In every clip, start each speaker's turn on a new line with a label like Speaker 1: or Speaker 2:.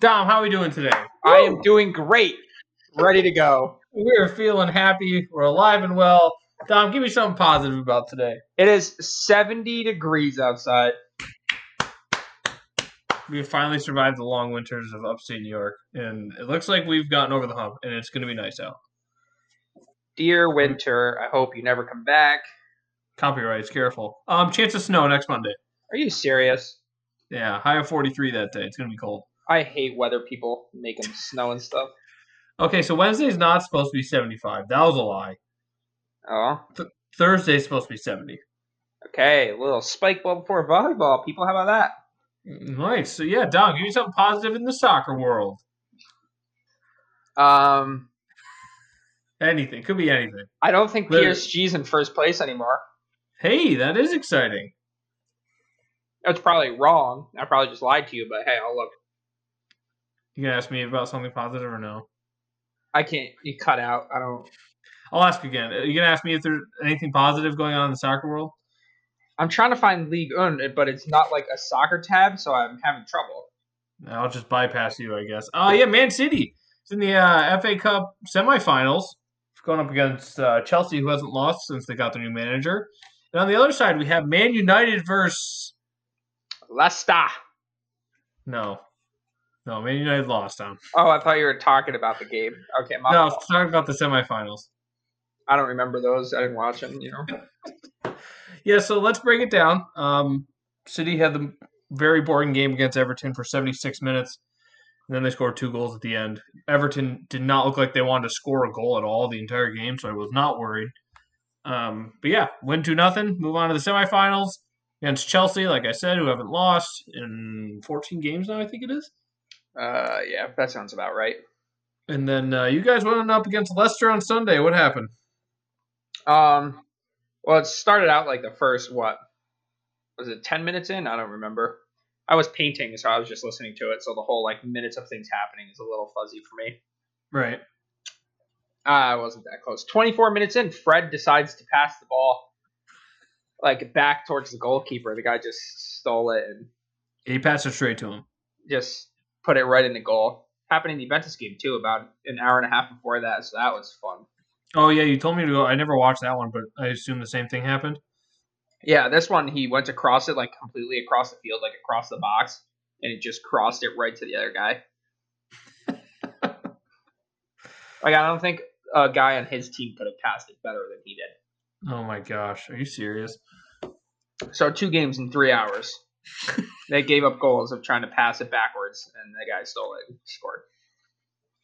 Speaker 1: Dom, how are we doing today?
Speaker 2: I am doing great. Ready to go.
Speaker 1: We're feeling happy. We're alive and well. Dom, give me something positive about today.
Speaker 2: It is 70 degrees outside.
Speaker 1: We have finally survived the long winters of upstate New York, and it looks like we've gotten over the hump, and it's going to be nice out.
Speaker 2: Dear winter, I hope you never come back.
Speaker 1: Copyrights, careful. Um, chance of snow next Monday.
Speaker 2: Are you serious?
Speaker 1: Yeah, high of 43 that day. It's going to be cold.
Speaker 2: I hate weather people making snow and stuff.
Speaker 1: Okay, so Wednesday's not supposed to be 75. That was a lie.
Speaker 2: Oh,
Speaker 1: Thursday's supposed to be 70.
Speaker 2: okay. A little spike ball before volleyball, people. How about that?
Speaker 1: Nice. So, yeah, Dom, give me something positive in the soccer world.
Speaker 2: Um,
Speaker 1: Anything. Could be anything.
Speaker 2: I don't think
Speaker 1: Really?
Speaker 2: PSG's in first place anymore.
Speaker 1: Hey, that is exciting.
Speaker 2: That's probably wrong. I probably just lied to you, but hey, I'll look.
Speaker 1: You going to ask me about something positive or no?
Speaker 2: I can't. You cut out. I don't.
Speaker 1: I'll ask again. Are you going to ask me if there's anything positive going on in the soccer world?
Speaker 2: I'm trying to find League Un, but it's not like a soccer tab, so I'm having trouble.
Speaker 1: I'll just bypass you, I guess. Oh, yeah, Man City. It's in the uh, FA Cup semifinals. It's going up against uh, Chelsea, who hasn't lost since they got their new manager. And on the other side, we have Man United versus.
Speaker 2: Leicester.
Speaker 1: No. No, Man United lost, Tom.
Speaker 2: Oh, I thought you were talking about the game. Okay, my
Speaker 1: No, let's talk about the semifinals.
Speaker 2: I don't remember those. I didn't watch them. You know.
Speaker 1: Yeah, so let's break it down. Um, City had the very boring game against Everton for 76 minutes, and then they scored two goals at the end. Everton did not look like they wanted to score a goal at all the entire game, so I was not worried. Um, but yeah, win two nothing, move on to the semifinals against Chelsea, like I said, who haven't lost in 14 games now, I think it is.
Speaker 2: Uh, yeah, that sounds about right.
Speaker 1: And then uh, you guys went up against Leicester on Sunday. What happened?
Speaker 2: Um, well, it started out like the first what was it? Ten minutes in? I don't remember. I was painting, so I was just listening to it. So the whole like minutes of things happening is a little fuzzy for me.
Speaker 1: Right.
Speaker 2: I wasn't that close. Twenty-four minutes in, Fred decides to pass the ball like back towards the goalkeeper. The guy just stole it and
Speaker 1: He passed it straight to him.
Speaker 2: just put it right in the goal. Happened in the Juventus game too, about an hour and a half before that, so that was fun.
Speaker 1: Oh yeah, you told me to go. I never watched that one, but I assume the same thing happened.
Speaker 2: Yeah, this one he went to cross it like completely across the field, like across the box, and it just crossed it right to the other guy. like I don't think a guy on his team could have passed it better than he did.
Speaker 1: Oh my gosh, are you serious?
Speaker 2: So two games in three hours. they gave up goals of trying to pass it backwards, and the guy stole it and scored.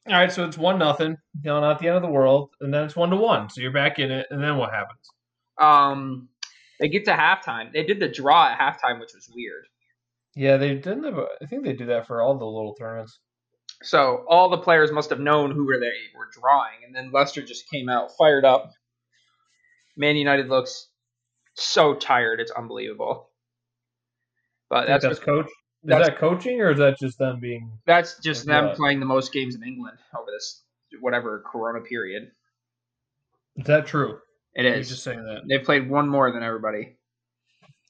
Speaker 1: All right, so it's one nothing. You know, not the end of the world, and then it's one to one. So you're back in it, and then what happens?
Speaker 2: Um, they get to halftime. They did the draw at halftime, which was weird.
Speaker 1: Yeah, they didn't. Have a, I think they do that for all the little tournaments.
Speaker 2: So all the players must have known who were they were drawing, and then Lester just came out fired up. Man United looks so tired; it's unbelievable. But
Speaker 1: That's,
Speaker 2: that's
Speaker 1: that's
Speaker 2: that's,
Speaker 1: coach. Is
Speaker 2: that's-
Speaker 1: that coaching, or is that just them being?
Speaker 2: just
Speaker 1: that's
Speaker 2: them
Speaker 1: right.
Speaker 2: playing the most games in England over this whatever Corona period.
Speaker 1: Is that true?
Speaker 2: It
Speaker 1: You're
Speaker 2: is.
Speaker 1: just saying that.
Speaker 2: They've played one more than everybody.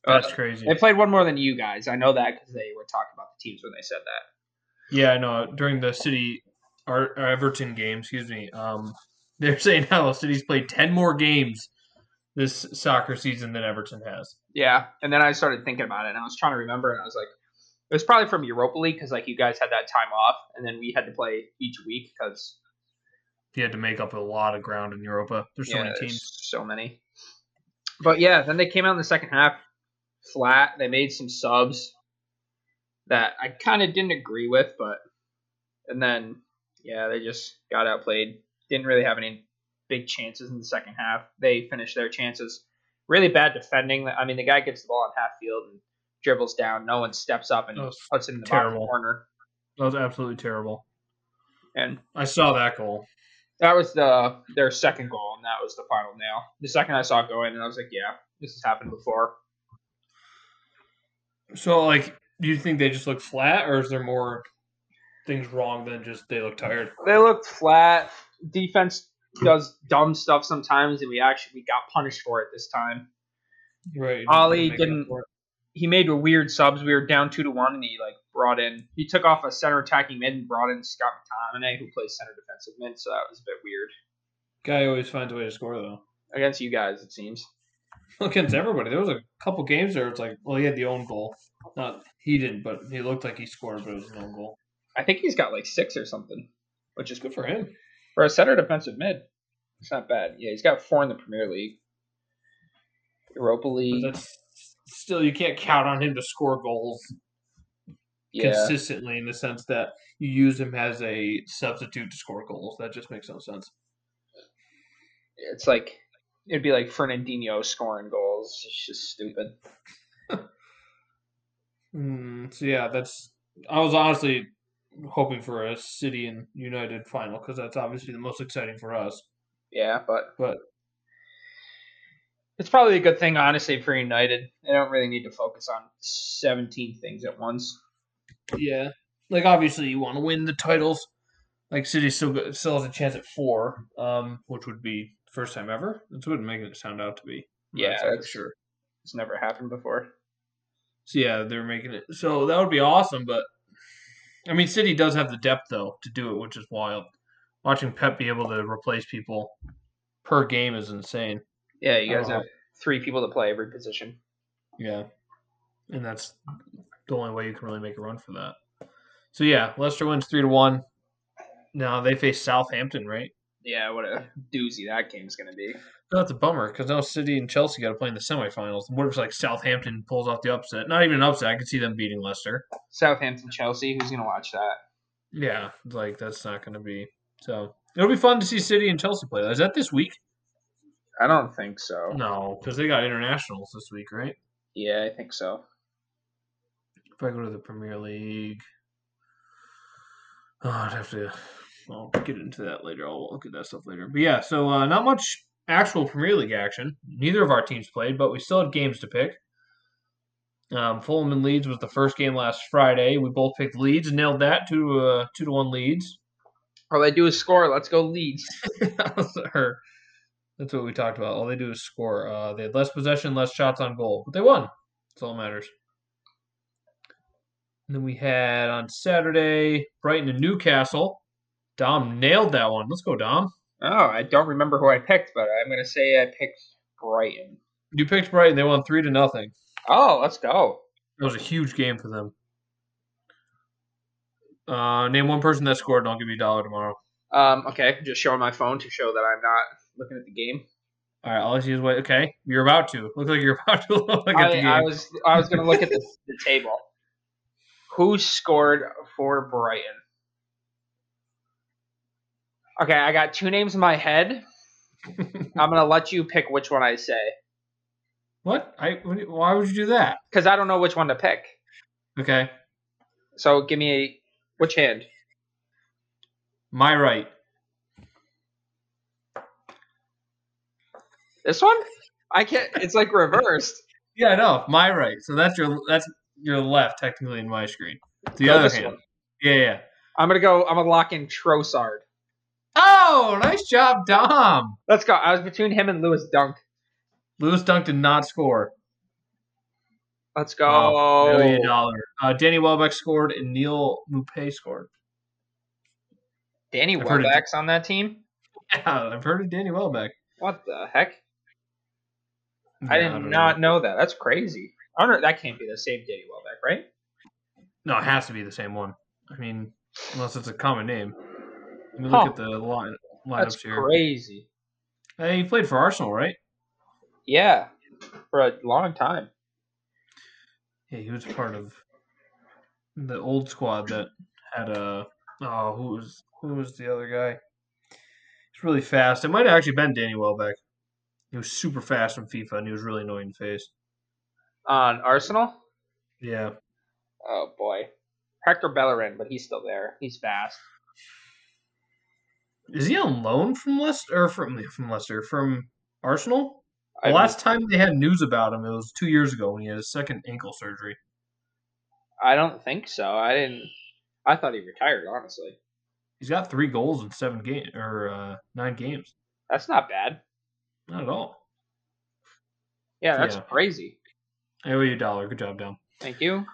Speaker 2: Uh,
Speaker 1: That's crazy.
Speaker 2: they played one more than you guys. I know that because they were talking about the teams when they said that.
Speaker 1: Yeah, I know. During the city, or, or Everton game, excuse me, um, they're saying how City's played ten more games this soccer season than Everton has.
Speaker 2: Yeah, and then I started thinking about it, and I was trying to remember, and I was like, it was probably from Europa League because like you guys had that time off, and then we had to play each week because
Speaker 1: He had to make up a lot of ground in Europa. There's so
Speaker 2: yeah,
Speaker 1: many
Speaker 2: there's
Speaker 1: teams.
Speaker 2: so many. But yeah, then they came out in the second half flat. They made some subs that I kind of didn't agree with, but and then yeah, they just got outplayed. Didn't really have any big chances in the second half. They finished their chances. Really bad defending. I mean, the guy gets the ball on half field and dribbles down. No one steps up and
Speaker 1: That was
Speaker 2: puts it in the
Speaker 1: terrible.
Speaker 2: bottom corner.
Speaker 1: That was absolutely terrible.
Speaker 2: And
Speaker 1: I saw that goal.
Speaker 2: that was the their second goal, and that was the final nail. The second I saw it go in, and I was like, yeah, this has happened before.
Speaker 1: So, like, do you think they just look flat, or is there more things wrong than just they look tired?
Speaker 2: They looked flat. Defense does dumb stuff sometimes, and we actually we got punished for it this time.
Speaker 1: Right.
Speaker 2: Ollie didn't- He made weird subs. We were down two to one, and he like brought in. He took off a center attacking mid and brought in Scott McTominay, who plays center defensive mid. So that was a bit weird
Speaker 1: Guy always finds a way to score though.
Speaker 2: against you guys, it seems.
Speaker 1: Against everybody, there was a couple games there. It's like, well, he had the own goal. Not he didn't, but he looked like he scored, but it was an own goal.
Speaker 2: I think he's got like six or something, which is
Speaker 1: Good for him.
Speaker 2: for a center defensive mid. It's not bad. Yeah, he's got four in the Premier League, Europa
Speaker 1: But
Speaker 2: League.
Speaker 1: that's still you can't count on him to score goals
Speaker 2: Yeah,
Speaker 1: consistently in the sense that you use him as a substitute to score goals. That just makes no sense.
Speaker 2: it's like it'd be like Fernandinho scoring goals. It's just stupid.
Speaker 1: Mm, so yeah, that's. I was honestly hoping for a City and United final because that's obviously the most exciting for us.
Speaker 2: Yeah, but
Speaker 1: But-
Speaker 2: it's probably a good thing, honestly, for United. They don't really need to focus on seventeen things at once.
Speaker 1: Yeah, like obviously you want to win the titles. Like City still go- still has a chance at four, um, which would be first time ever. That's what making it sound out to be. I'm not
Speaker 2: Yeah,
Speaker 1: exactly
Speaker 2: that's- It's never happened before.
Speaker 1: So yeah, they're making it. So that would be awesome, but I mean, City does have the depth though to do it, which is wild. Watching Pep be able to replace people per game is insane.
Speaker 2: Yeah, you guys
Speaker 1: Uh-huh.
Speaker 2: have three people to play every position.
Speaker 1: Yeah, and that's the only way you can really make a run for that. So yeah, Leicester wins three to one. Now they face Southampton, right?
Speaker 2: Yeah, what a doozy that game's gonna be.
Speaker 1: That's a bummer because now City and Chelsea got to play in the semifinals. What if like Southampton pulls off the upset? Not even an upset. I could see them beating Leicester.
Speaker 2: Southampton, Chelsea. Who's gonna watch that?
Speaker 1: Yeah, like that's not going to be so. It'll be fun to see City and Chelsea play. Is that this week?
Speaker 2: I don't think so.
Speaker 1: No, because they got internationals this week, right?
Speaker 2: Yeah, I think so.
Speaker 1: If I go to the Premier League, oh, I'd have to. I'll get into that later. I'll look at that stuff later. But yeah, so uh, not much actual Premier League action. Neither of our teams played, but we still had games to pick. Um, Fulham and Leeds was the first game last Friday. We both picked Leeds, nailed that two to uh, two to one Leeds.
Speaker 2: All they do is score. Let's go Leeds.
Speaker 1: Or- That's what we talked about. All they do is score. Uh, they had less possession, less shots on goal, but they won. That's all that matters. And then we had on Saturday Brighton and Newcastle. Dom nailed that one. Let's go, Dom.
Speaker 2: Oh, I don't remember who I picked, but I'm gonna say I picked Brighton.
Speaker 1: You picked Brighton. They won three to nothing.
Speaker 2: Oh, let's go.
Speaker 1: That was a huge game for them. Uh, name one person that scored, and I'll give you a dollar tomorrow.
Speaker 2: Um, okay, just showing my phone to show that I'm not looking at the game.
Speaker 1: All right, all I see is wait. Okay, you're about to. Looks like you're about to look at the game.
Speaker 2: I, I was I was gonna look at the, the table. Who scored for Brighton? Okay, I got two names in my head. I'm gonna let you pick which one I say
Speaker 1: what? I? Why would you do that?
Speaker 2: because I don't know which one to pick.
Speaker 1: Okay,
Speaker 2: So give me a, which hand.
Speaker 1: my right.
Speaker 2: This one? I can't. It's like reversed.
Speaker 1: Yeah, I know. My right. So that's your that's your left technically in my screen. The
Speaker 2: Go
Speaker 1: other
Speaker 2: Oh, this
Speaker 1: hand.
Speaker 2: one.
Speaker 1: Yeah, yeah.
Speaker 2: I'm gonna go. I'm gonna lock in Trossard.
Speaker 1: Oh, nice job, Dom.
Speaker 2: Let's go. I was between him and Lewis Dunk.
Speaker 1: Lewis Dunk did not score.
Speaker 2: Let's go. Oh.
Speaker 1: Wow, Million dollar. Uh, Danny Welbeck scored and Neil Mupay scored.
Speaker 2: Danny
Speaker 1: I've heard of-
Speaker 2: Welbeck's on that team.
Speaker 1: Yeah, I've heard of Danny Welbeck.
Speaker 2: What the heck? I
Speaker 1: Yeah,
Speaker 2: did
Speaker 1: don't
Speaker 2: not know. that. That's crazy. I don't. That can't be the same Danny Welbeck, right?
Speaker 1: Know. No, it has to be the same one. I mean, unless it's a common name. Let me
Speaker 2: Huh.
Speaker 1: look at the line
Speaker 2: That's
Speaker 1: lineups here.
Speaker 2: crazy.
Speaker 1: Hey, he played for Arsenal, right?
Speaker 2: Yeah, for a long time.
Speaker 1: Yeah, he was part of the old squad that had a oh who was who was the other guy? He's really fast. It might have actually been Danny Welbeck. He was super fast in FIFA and he was really annoying to face.
Speaker 2: On Arsenal.
Speaker 1: Yeah.
Speaker 2: Oh boy, Hector Bellerin, but he's still there. He's fast.
Speaker 1: Is he on loan from Leicester or from from Leicester? From Arsenal?
Speaker 2: I
Speaker 1: The last time they had news about him, it was two years ago when he had his second ankle surgery.
Speaker 2: I don't think so. I didn't. I thought he retired. Honestly,
Speaker 1: He's got three goals in seven games or uh, nine games.
Speaker 2: that's not bad.
Speaker 1: Not at all.
Speaker 2: Yeah, that's
Speaker 1: Yeah.
Speaker 2: crazy.
Speaker 1: I owe you a dollar. Good job, Dom.
Speaker 2: Thank you.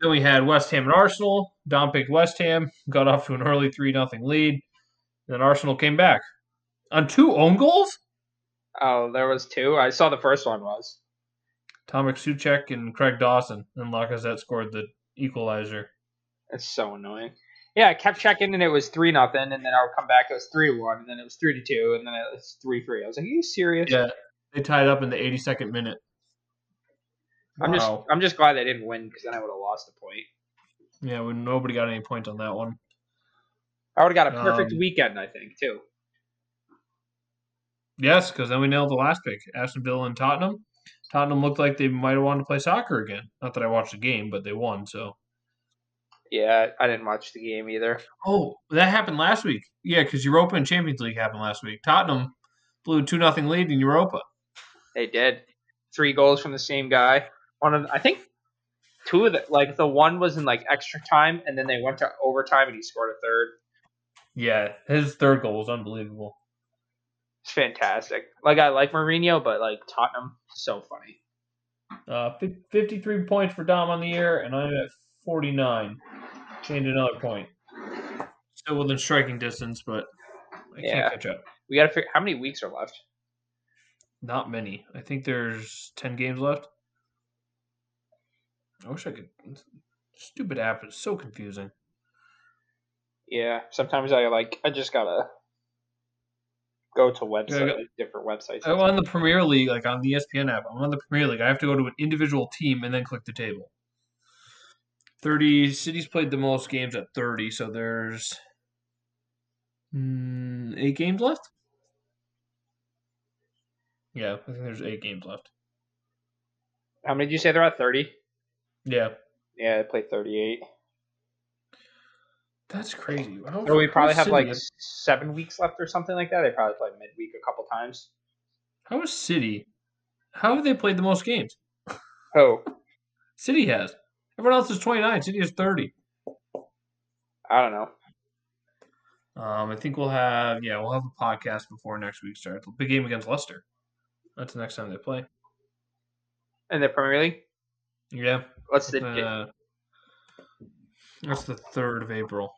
Speaker 1: Then we had West Ham and Arsenal. Dom picked West Ham, got off to an early 3 0 lead. Then Arsenal came back on two own goals.
Speaker 2: Oh, there was two. I saw the first one was.
Speaker 1: Tomek Suchek and Craig Dawson, and Lacazette scored the equalizer.
Speaker 2: It's so annoying. Yeah, I kept checking and it was three nothing, and then I would come back. It was three one, and then it was three to two, and then it was three three. I was like, "Are you serious?"
Speaker 1: Yeah, they tied up in the 82nd minute.
Speaker 2: I'm just I'm just glad they didn't win because then I would have lost a point.
Speaker 1: Yeah, well, nobody got any points on that one.
Speaker 2: I would have got a perfect
Speaker 1: Um,
Speaker 2: weekend, I think, too.
Speaker 1: Yes, because then we nailed the last pick, Aston Villa and Tottenham. Tottenham looked like they might have wanted to play soccer again. Not that I watched the game, but they won. So.
Speaker 2: Yeah, I didn't watch the game either.
Speaker 1: Oh, that happened last week. Yeah, because Europa and Champions League happened last week. Tottenham blew a two nothing lead in Europa.
Speaker 2: They did three goals from the same guy. One of I think two of the like the one was in like extra time, and then they went to overtime, and he scored a third.
Speaker 1: Yeah, his third goal was unbelievable.
Speaker 2: It's fantastic. Like I like Mourinho, but like Tottenham, so funny.
Speaker 1: Uh, fif- 53 points for Dom on the year, and I'm at 49. Gained another point. Still within striking distance, but I
Speaker 2: Yeah.
Speaker 1: can't catch up.
Speaker 2: We got to figure how many weeks are left.
Speaker 1: Not many. I think there's 10 games left. I wish I could. Stupid app is so confusing.
Speaker 2: Yeah, sometimes I like I just gotta go to websites,
Speaker 1: Yeah, I got-
Speaker 2: like, different websites.
Speaker 1: I'm on the Premier League, like on the E ESPN app. I'm on the Premier League. I have to go to an individual team and then click the table. 30 cities played the most games at 30, so there's mm, eight games left. Yeah, I think there's eight games left.
Speaker 2: How many did you say there are? Thirty.
Speaker 1: Yeah,
Speaker 2: Yeah, I played thirty-eight.
Speaker 1: that's crazy. I don't-
Speaker 2: So we probably
Speaker 1: how
Speaker 2: have
Speaker 1: is
Speaker 2: like
Speaker 1: City-
Speaker 2: seven weeks left or something like that. They probably play midweek a couple times.
Speaker 1: how is City? How have they played the most games?
Speaker 2: Oh,
Speaker 1: City has. Everyone else is 29. City is 30.
Speaker 2: I don't know.
Speaker 1: Um, I think we'll have yeah, we'll have a podcast before next week starts. The big game against Leicester. That's the next time they play.
Speaker 2: In the Premier League,
Speaker 1: Yeah,
Speaker 2: what's the
Speaker 1: uh, that's the third of April.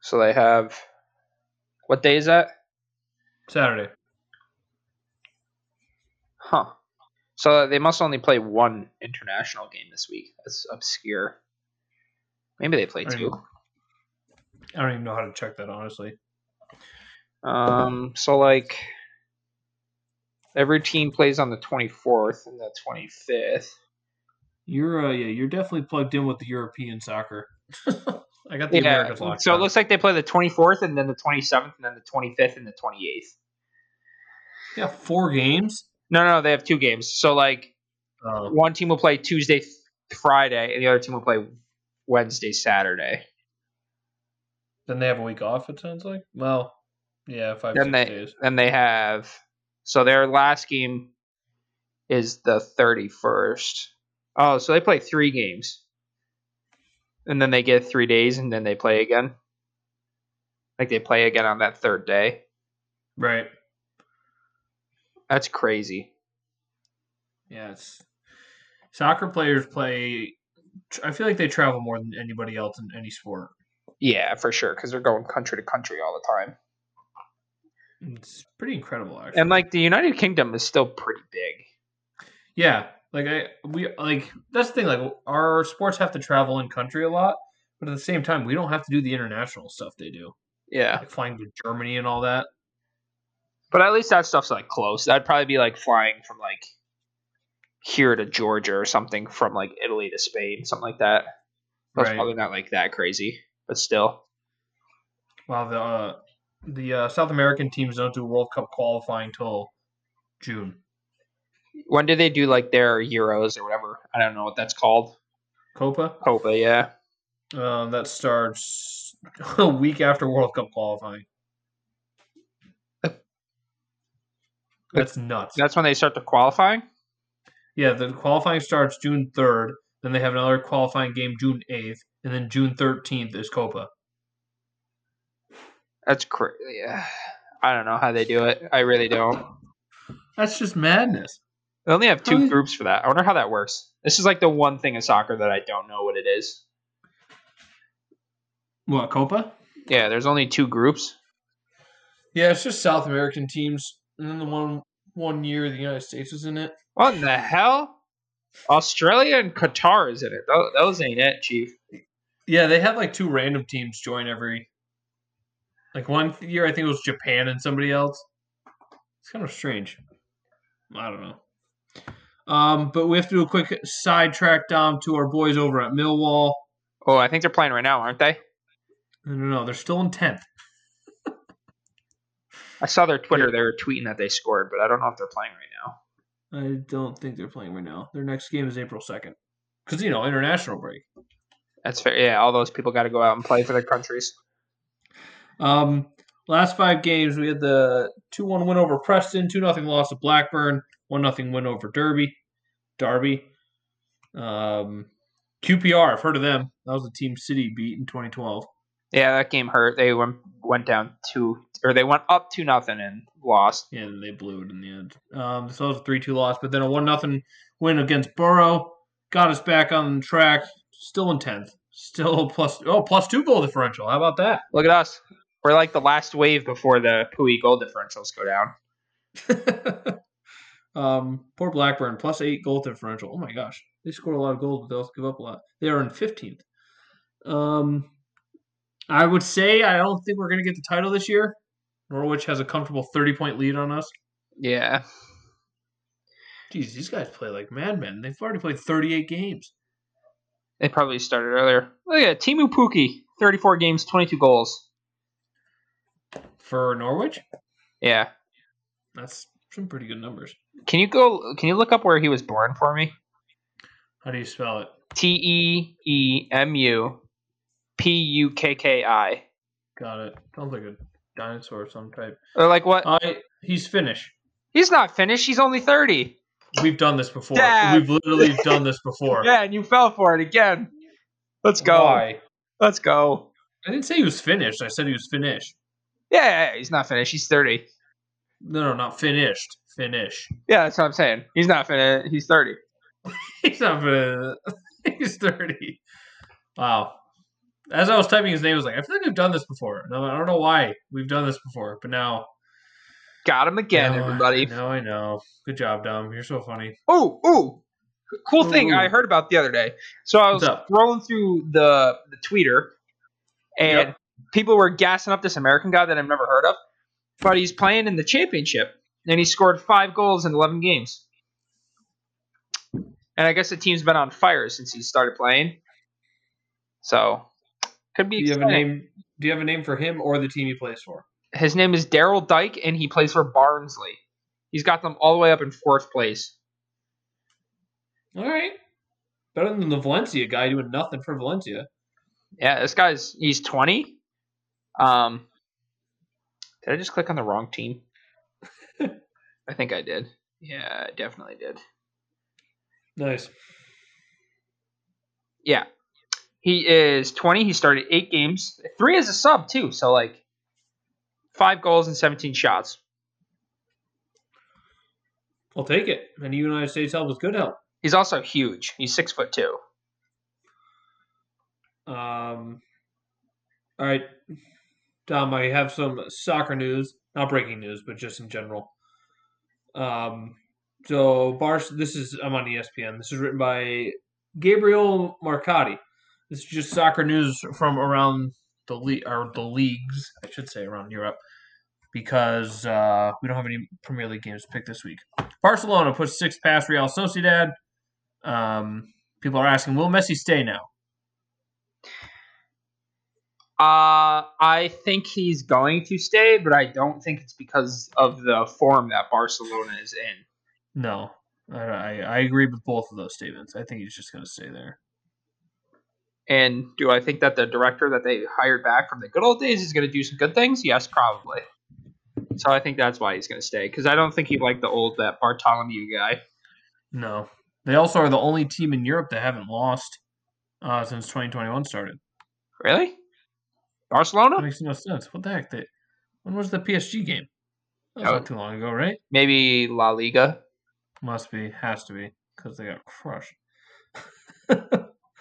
Speaker 2: so they have? What day is that?
Speaker 1: Saturday.
Speaker 2: Huh. So they must only play one international game this week. That's obscure. Maybe they play
Speaker 1: I don't
Speaker 2: two.
Speaker 1: even- I don't even know how to check that honestly.
Speaker 2: Um, so like every team plays on the 24th and the 25th.
Speaker 1: You're uh, yeah, you're definitely plugged in with the European soccer. I got the
Speaker 2: Yeah.
Speaker 1: Americans locked.
Speaker 2: So it
Speaker 1: down.
Speaker 2: looks like they play the 24th and then the 27th and then the 25th and the 28th.
Speaker 1: yeah, four games.
Speaker 2: No, no, they have two games. So like
Speaker 1: Um,
Speaker 2: one team will play Tuesday, th- Friday, and the other team will play Wednesday, Saturday.
Speaker 1: then they have a week off. It sounds like. Well, yeah, five six
Speaker 2: Then they-
Speaker 1: days.
Speaker 2: Then they have so their last game is the 31st. Oh, so they play three games. And then they get 3 days and then they play again. Like they play again on that third day.
Speaker 1: Right.
Speaker 2: That's crazy.
Speaker 1: Yeah, it's soccer players play. I feel like they travel more than anybody else in any sport.
Speaker 2: Yeah, for sure cuz they're going country to country all the time.
Speaker 1: It's pretty incredible, actually.
Speaker 2: And like the United Kingdom is still pretty big.
Speaker 1: yeah, like I we like that's the thing. Like our sports have to travel in country a lot, but at the same time, we don't have to do the international stuff they do,
Speaker 2: Yeah.
Speaker 1: like flying to Germany and all that.
Speaker 2: But at least that stuff's like close. That'd probably be like flying from like here to Georgia or something from like Italy to Spain, something like that. That's
Speaker 1: Right.
Speaker 2: probably not like that crazy, but still.
Speaker 1: While the uh, the uh, South American teams don't do World Cup qualifying till June.
Speaker 2: When do they do like their Euros or whatever? I don't know what that's called.
Speaker 1: Copa
Speaker 2: Copa, yeah.
Speaker 1: um, that starts a week after World Cup qualifying. That's nuts.
Speaker 2: That's when they start the qualifying.
Speaker 1: Yeah, the qualifying starts June third. Then they have another qualifying game June eighth, and then June thirteenth is Copa.
Speaker 2: That's crazy. Yeah. I don't know how they do it. I really don't.
Speaker 1: That's just madness.
Speaker 2: They only have two
Speaker 1: How-
Speaker 2: groups for that. I wonder how that works. This is like the one thing in soccer that I don't know what it is.
Speaker 1: What Copa?
Speaker 2: Yeah, there's only two groups.
Speaker 1: Yeah, it's just South American teams, and then the one one year the United States was in it.
Speaker 2: What in the hell? Australia and Qatar is in it. Those, those ain't it, Chief.
Speaker 1: Yeah, they had like two random teams join every. Like one year, I think it was Japan and somebody else. It's kind of strange. I don't know. Um, but we have to do a quick sidetrack, Dom, to our boys over at Millwall.
Speaker 2: Oh, I think they're playing right now, aren't they?
Speaker 1: No, no, no, they're still in tenth.
Speaker 2: I saw their Twitter. They were tweeting that they scored, but I don't know if they're playing right now.
Speaker 1: I don't think they're playing right now. Their next game is April second, because you know international break.
Speaker 2: That's fair. Yeah, all those people got to go out and play for their countries.
Speaker 1: Um, last five games, we had the 2 1 win over Preston, 2 0 loss to Blackburn, 1 0 win over Derby. Derby. Um, QPR, I've heard of them. That was the team City beat in 2012.
Speaker 2: Yeah, that game hurt. They went went down two, or they went up two nothing and lost.
Speaker 1: Yeah, and they blew it in the end. Um, so that was a 3 2 loss, but then a 1 0 win against Borough got us back on track. Still in 10th. Still plus, oh, plus two goal differential. How about that?
Speaker 2: Look at us. We're like the last wave before the Pui goal differentials go down.
Speaker 1: um, poor Blackburn, plus eight goal differential. Oh my gosh, they score a lot of goals, but they also give up a lot. They are in fifteenth. Um, I would say I don't think we're going to get the title this year. Norwich has a comfortable thirty-point lead on us.
Speaker 2: Yeah,
Speaker 1: Jeez, these guys play like madmen. They've already played thirty-eight games.
Speaker 2: they probably started earlier. Look at Timu Puki, thirty four games, twenty two goals.
Speaker 1: For Norwich,
Speaker 2: Yeah,
Speaker 1: that's some pretty good numbers.
Speaker 2: can you go? Can you look up where he was born for me?
Speaker 1: How do you spell it?
Speaker 2: T e e m u p u k k i.
Speaker 1: Got it. Sounds like a dinosaur of some type.
Speaker 2: Or like what?
Speaker 1: I he's Finnish.
Speaker 2: He's not finished. He's only thirty.
Speaker 1: We've done this before.
Speaker 2: Dad.
Speaker 1: We've literally done this before.
Speaker 2: Yeah, and you fell for it again. Let's go.
Speaker 1: Why?
Speaker 2: Let's go.
Speaker 1: I didn't say he was finished. I said he was finished.
Speaker 2: Yeah, yeah, yeah, he's not finished. He's 30.
Speaker 1: No, no, not finished. Finish.
Speaker 2: Yeah, that's what I'm saying. He's not finished. He's 30.
Speaker 1: He's not fin He's thirty. Wow. As I was typing his name, I was like, I feel like we've done this before. No, I don't know why we've done this before, but now,
Speaker 2: Got him again,
Speaker 1: now-
Speaker 2: everybody.
Speaker 1: Now I know. Good job, Dom. You're so funny.
Speaker 2: Oh, oh. Cool thing
Speaker 1: Ooh.
Speaker 2: I heard about the other day. So I was
Speaker 1: What's up?
Speaker 2: scrolling through the the tweeter and
Speaker 1: Yep.
Speaker 2: people were gassing up this American guy that I've never heard of, but he's playing in the championship and he scored 5 goals in 11 games. And I guess the team's been on fire since he started playing. So, could be
Speaker 1: Do you have a
Speaker 2: exciting.
Speaker 1: name? Do you have a name for him or the team he plays for?
Speaker 2: His name is Daryl Dyke, and he plays for Barnsley. He's got them all the way up in fourth place.
Speaker 1: All right. Better than the Valencia guy doing nothing for Valencia.
Speaker 2: Yeah, this guy's he's twenty. Um, did I just click on the wrong team? I think I did. Yeah, I definitely did.
Speaker 1: Nice.
Speaker 2: Yeah, he is twenty. He started eight games, three as a sub too. So like, five goals and seventeen shots.
Speaker 1: I'll take it. And United States help is good help.
Speaker 2: He's also huge. He's six foot two.
Speaker 1: Um, all right, Dom, I have some soccer news. Not breaking news, but just in general. Um, so Bar, this is I'm on E ESPN. This is written by Gabriel Marcotti. This is just soccer news from around the league or the leagues, I should say, around Europe, because uh, we don't have any Premier League games picked this week. Barcelona puts six past Real Sociedad. Um, people are asking, will Messi stay now?
Speaker 2: Uh, I think he's going to stay, but I don't think it's because of the form that Barcelona is in.
Speaker 1: No, I, I I agree with both of those statements. I think he's just going to stay there.
Speaker 2: And do I think that the director that they hired back from the good old days is going to do some good things? Yes, probably. So I think that's why he's going to stay because I don't think he liked the old that Bartholomew guy.
Speaker 1: No, they also are the only team in Europe that haven't lost uh, since 2021 started.
Speaker 2: Really?
Speaker 1: That
Speaker 2: Barcelona?
Speaker 1: makes no sense. What the heck? They, when was the PSG game? That was
Speaker 2: Oh.
Speaker 1: not too long ago, right?
Speaker 2: Maybe La Liga.
Speaker 1: Must be, has to be, because they got crushed.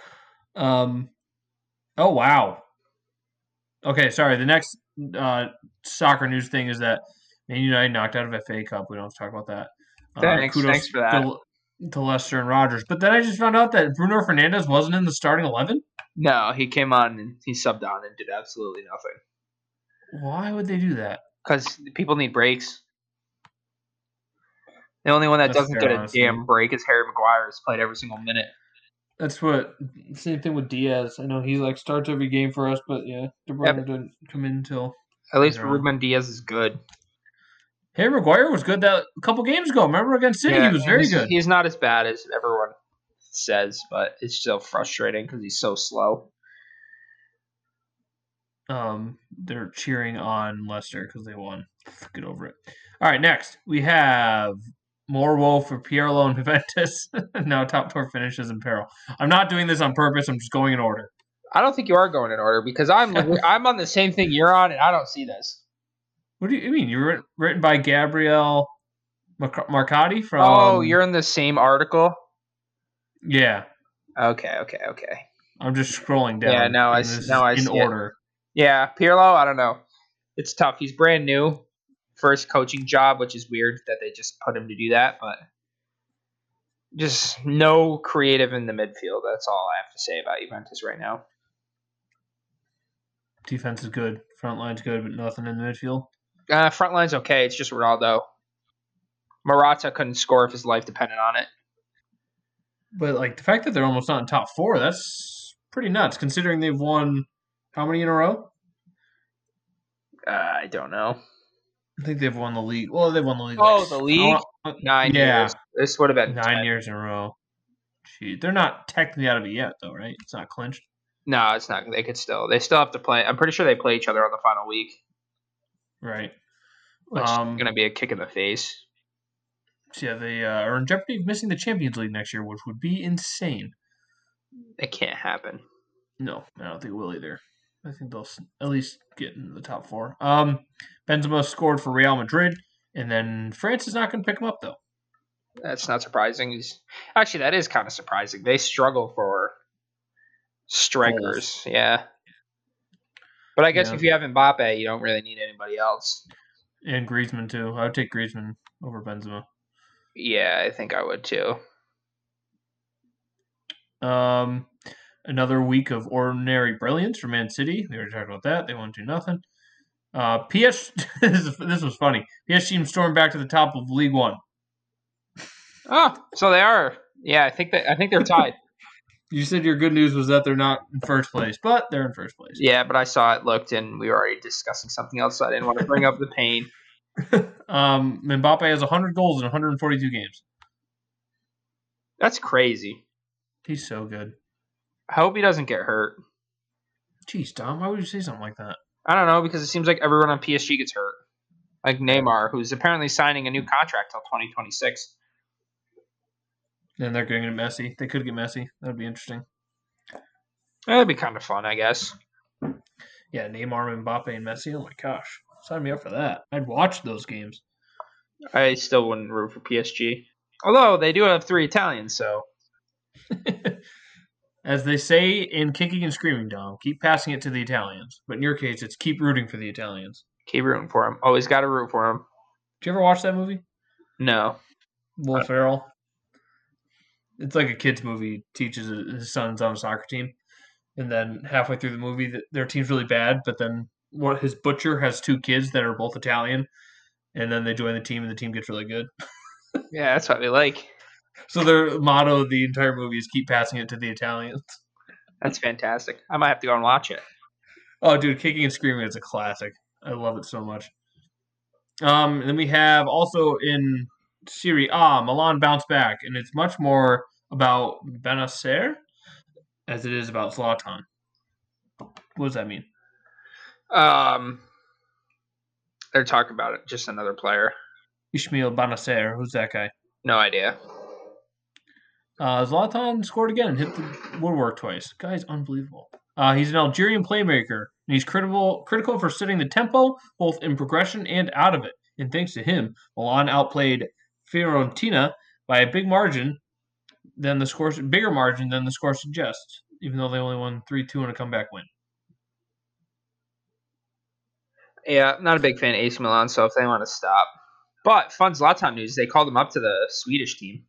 Speaker 1: um, oh wow. Okay, sorry. The next uh, soccer news thing is that Man United knocked out of FA Cup. We don't have to talk about that. Uh,
Speaker 2: Thanks-
Speaker 1: kudos
Speaker 2: thanks for that.
Speaker 1: To, to Lester and Rogers, but then I just found out that Bruno Fernandez wasn't in the starting eleven.
Speaker 2: No, he came on and he subbed on and did absolutely nothing
Speaker 1: Why would they do that?
Speaker 2: because people need breaks. The only one that
Speaker 1: That's
Speaker 2: doesn't
Speaker 1: fair,
Speaker 2: get a
Speaker 1: honestly.
Speaker 2: damn break is Harry Maguire. Who's played every single minute.
Speaker 1: That's what same thing with Diaz. I know he like starts every game for us, but yeah, De Bruyne
Speaker 2: but-
Speaker 1: didn't come in until
Speaker 2: At least
Speaker 1: Yeah.
Speaker 2: Ruben Diaz is good.
Speaker 1: Harry Maguire was good that a couple games ago. Remember against City,
Speaker 2: Yeah,
Speaker 1: he was very
Speaker 2: he's-
Speaker 1: good.
Speaker 2: He's not as bad as everyone says, but it's still frustrating because he's so slow.
Speaker 1: Um, they're cheering on Leicester because they won. Get over it. All right, next we have more woe for Pierlo and Juventus. now top four finishes in peril. I'm not doing this on purpose. I'm just going in order.
Speaker 2: I don't think you are going in order because I'm I'm on the same thing you're on, and I don't see this.
Speaker 1: What do you mean? You were written by Gabrielle Marc- Marcotti from.
Speaker 2: oh, you're in the same article.
Speaker 1: yeah.
Speaker 2: Okay, okay, okay.
Speaker 1: I'm just scrolling down.
Speaker 2: Yeah, now I
Speaker 1: and
Speaker 2: s-
Speaker 1: this
Speaker 2: now
Speaker 1: is
Speaker 2: I
Speaker 1: in
Speaker 2: see it.
Speaker 1: order.
Speaker 2: Yeah, Pirlo, I don't know. It's tough. He's brand new. First coaching job, which is weird that they just put him to do that, but just no creative in the midfield. That's all I have to say about Juventus right now.
Speaker 1: Defense is good, front line's good, but nothing in the midfield.
Speaker 2: Uh, front line's okay. It's just Ronaldo. Morata couldn't score if his life depended on it.
Speaker 1: But like the fact that they're almost not in top four, that's pretty nuts considering they've won how many in a row?
Speaker 2: Uh, I don't know.
Speaker 1: I think they've won the league. Well, they've won the league.
Speaker 2: Oh,
Speaker 1: like,
Speaker 2: the league?
Speaker 1: uh,
Speaker 2: Nine
Speaker 1: Yeah.
Speaker 2: years. This would have been
Speaker 1: nine
Speaker 2: ten.
Speaker 1: years in a row. Gee, they're not technically out of it yet, though, right? It's not clinched.
Speaker 2: No, it's not. They could still. They still have to play. I'm pretty sure they play each other on the final week,
Speaker 1: Right.
Speaker 2: which
Speaker 1: Um,
Speaker 2: is going to be a kick in the face.
Speaker 1: So yeah, they uh, are in jeopardy of missing the Champions League next year, which would be insane.
Speaker 2: It can't happen.
Speaker 1: No, I don't think it will either. I think they'll s- at least get in the top four. Um, Benzema scored for Real Madrid, and then France is not going to pick him up though.
Speaker 2: That's not surprising. He's- actually, that is kind of surprising. They struggle for strikers. Yeah. But I guess
Speaker 1: Yeah.
Speaker 2: if you have Mbappe, you don't really need anybody else.
Speaker 1: And Griezmann too. I would take Griezmann over Benzema.
Speaker 2: Yeah, I think I would too.
Speaker 1: Um, another week of ordinary brilliance for Man City. We already talked about that. They won two nothing. Uh, PS. this, is, this was funny. PS team stormed back to the top of League One.
Speaker 2: Oh, so they are. Yeah, I think that I think they're tied.
Speaker 1: You said your good news was that they're not in first place, but they're in first place.
Speaker 2: yeah, but I saw it looked, and we were already discussing something else. So I didn't want to bring up the pain.
Speaker 1: Um, Mbappe has 100 goals in 142 games.
Speaker 2: That's crazy.
Speaker 1: He's so good.
Speaker 2: I hope he doesn't get hurt.
Speaker 1: Jeez, Dom, why would you say something like that?
Speaker 2: I don't know because it seems like everyone on PSG gets hurt, like Neymar, who's apparently signing a new contract till 2026.
Speaker 1: And they're going to get messy. They could get messy. That'd be interesting.
Speaker 2: That'd be kind of fun, I guess.
Speaker 1: Yeah, Neymar, Mbappe, and Messi. Oh my gosh, sign me up for that. I'd watch those games.
Speaker 2: I still wouldn't root for PSG, although they do have three Italians, so
Speaker 1: As they say in Kicking and Screaming, Dom, keep passing it to the Italians. But in your case, it's keep rooting for the Italians.
Speaker 2: keep rooting for him. Always got to root for him.
Speaker 1: Did you ever watch that movie?
Speaker 2: No,
Speaker 1: Will Ferrell. It's like a kids' movie. Teaches his son's on a soccer team, and then halfway through the movie, th- their team's really bad. But then what? His butcher has two kids that are both Italian, and then they join the team, and the team gets really good.
Speaker 2: yeah, that's what we like.
Speaker 1: So their motto of the entire movie is "Keep passing it to the Italians."
Speaker 2: That's fantastic. I might have to go and watch it.
Speaker 1: Oh, dude, kicking and screaming is a classic. I love it so much. Um, and then we have also in Serie A, Milan bounce back, and it's much more about Benacer as it is about Zlatan. What does that mean?
Speaker 2: Um, they're talking about it. Just another player.
Speaker 1: Ishmael Benacer, who's that guy?
Speaker 2: No idea.
Speaker 1: Uh, Zlatan scored again and hit the woodwork twice. Guy's unbelievable. Uh, he's an Algerian playmaker, and he's critical critical for setting the tempo both in progression and out of it. And thanks to him, Milan outplayed Fiorentina by a big margin than the score, bigger margin than the score suggests, even though they only won 3 2 in a comeback win.
Speaker 2: Yeah, I'm not a big fan of AC Milan, so if they want to stop. But fun Zlatan news, they called him up to the Swedish team,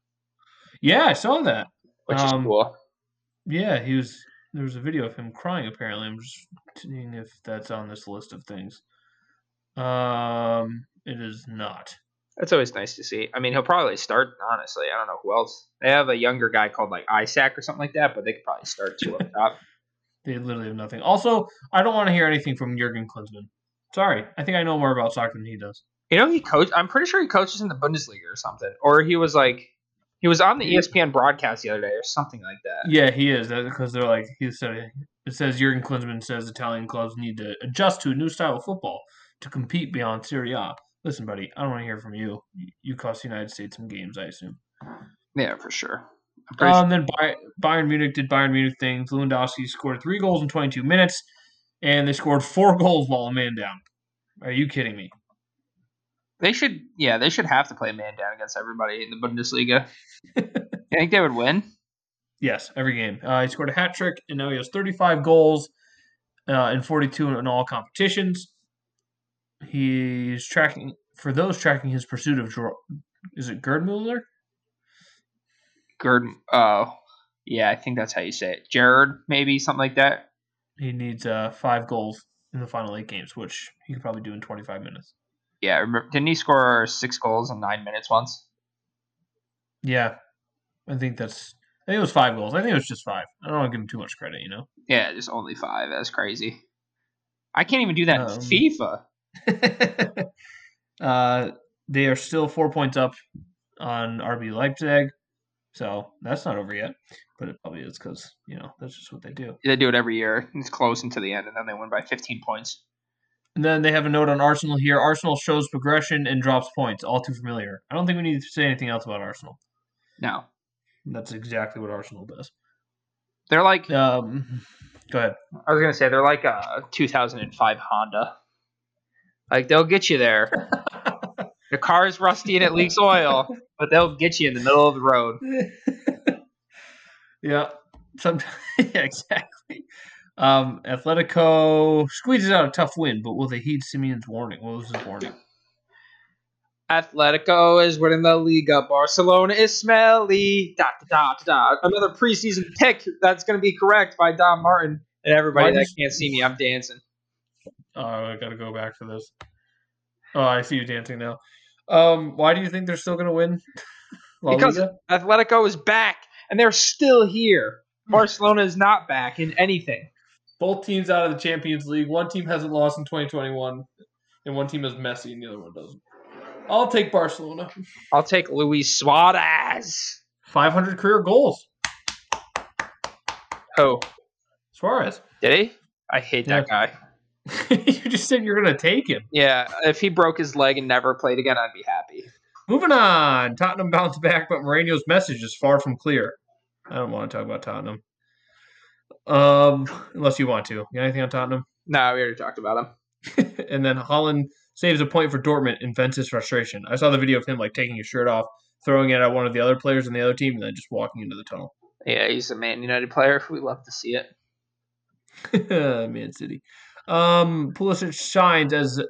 Speaker 1: Yeah, I saw that.
Speaker 2: which
Speaker 1: Um,
Speaker 2: is cool.
Speaker 1: Yeah, he was. There was a video of him crying. Apparently, I'm just seeing if that's on this list of things. Um, it is not.
Speaker 2: That's always nice to see. I mean, he'll probably start, honestly. I don't know who else. They have a younger guy called like Isaac or something like that, but they could probably start two up top.
Speaker 1: They literally have nothing. Also, I don't want to hear anything from Jurgen Klinsmann. Sorry, I think I know more about soccer than he does.
Speaker 2: You know, he coached, I'm pretty sure he coaches in the Bundesliga or something. Or he was like, he was on the E ESPN broadcast the other day or something like that.
Speaker 1: Yeah, he is. That's because they're like he said. It says Jurgen Klinsmann says Italian clubs need to adjust to a new style of football to compete beyond Serie A. Listen, buddy, I don't want to hear from you. You cost the United States some games, I assume.
Speaker 2: Yeah, for sure. I'm pretty
Speaker 1: Um, then Bay- Bayern Munich did Bayern Munich things. Lewandowski scored three goals in 22 minutes, and they scored four goals while a man down. Are you kidding me?
Speaker 2: They should, yeah, they should have to play man down against everybody in the Bundesliga. I think they would win.
Speaker 1: Yes, every game. Uh, he scored a hat trick, and now he has 35 goals uh, and 42 in all competitions. He's tracking for those tracking his pursuit of Ger- is it Gerdmuller?
Speaker 2: Gerd, oh, yeah, I think that's how you say it. Jared, maybe something like that.
Speaker 1: He needs uh, five goals in the final eight games, which he could probably do in 25 minutes.
Speaker 2: Yeah, remember, didn't he score six goals in nine minutes once?
Speaker 1: Yeah, I think that's. I think it was five goals. I think it was just five. I don't want to give him too much credit, you know.
Speaker 2: Yeah, just only five. That's crazy. I can't even do that
Speaker 1: Um,
Speaker 2: in FIFA.
Speaker 1: uh, they are still four points up on RB Leipzig, so that's not over yet. But it probably is because you know that's just what they do.
Speaker 2: They do it every year. It's close until the end, and then they win by 15 points.
Speaker 1: And then they have a note on Arsenal here. Arsenal shows progression and drops points. All too familiar. I don't think we need to say anything else about Arsenal.
Speaker 2: No,
Speaker 1: That's exactly what Arsenal does.
Speaker 2: they're like
Speaker 1: Um, go ahead.
Speaker 2: I was gonna say they're like a 2005 Honda. Like they'll get you there. Your car's rusty and it leaks oil, but they'll get you in the middle of the road.
Speaker 1: yeah. Sometimes, yeah, exactly. Um, Atletico squeezes out a tough win, but will they heed Simeon's warning? What was his warning?
Speaker 2: Atletico is winning the Liga. Barcelona is smelly. Dot, dot, dot, dot. Another preseason pick that's going to be correct by Don Martin. And everybody
Speaker 1: Why
Speaker 2: that
Speaker 1: does-
Speaker 2: can't see me, I'm dancing.
Speaker 1: Oh, I gotta go back to this. Oh, I see you dancing now. Um, why do you think they're still gonna win? La
Speaker 2: Because-
Speaker 1: Liga?
Speaker 2: Atletico is back, and they're still here. Barcelona is not back in anything.
Speaker 1: both teams out of the Champions League. One team hasn't lost in 2021, and one team is messy, and the other one doesn't. I'll take Barcelona.
Speaker 2: I'll take Luis Suarez.
Speaker 1: 500 career goals.
Speaker 2: Oh,
Speaker 1: Suarez.
Speaker 2: did he? I hate that guy.
Speaker 1: you just said you're gonna take him.
Speaker 2: Yeah, if he broke his leg and never played again, I'd be happy.
Speaker 1: Moving on, Tottenham bounced back, but Mourinho's message is far from clear. I don't want to talk about Tottenham, um, unless you want to. You got anything on Tottenham?
Speaker 2: No, we already talked about him.
Speaker 1: and then Holland saves a point for Dortmund and vents his frustration. I saw the video of him like taking his shirt off, throwing it at one of the other players in the other team, and then just walking into the tunnel.
Speaker 2: Yeah, he's a Man United player. We love to see it.
Speaker 1: Man City. Um, Pulisic shines as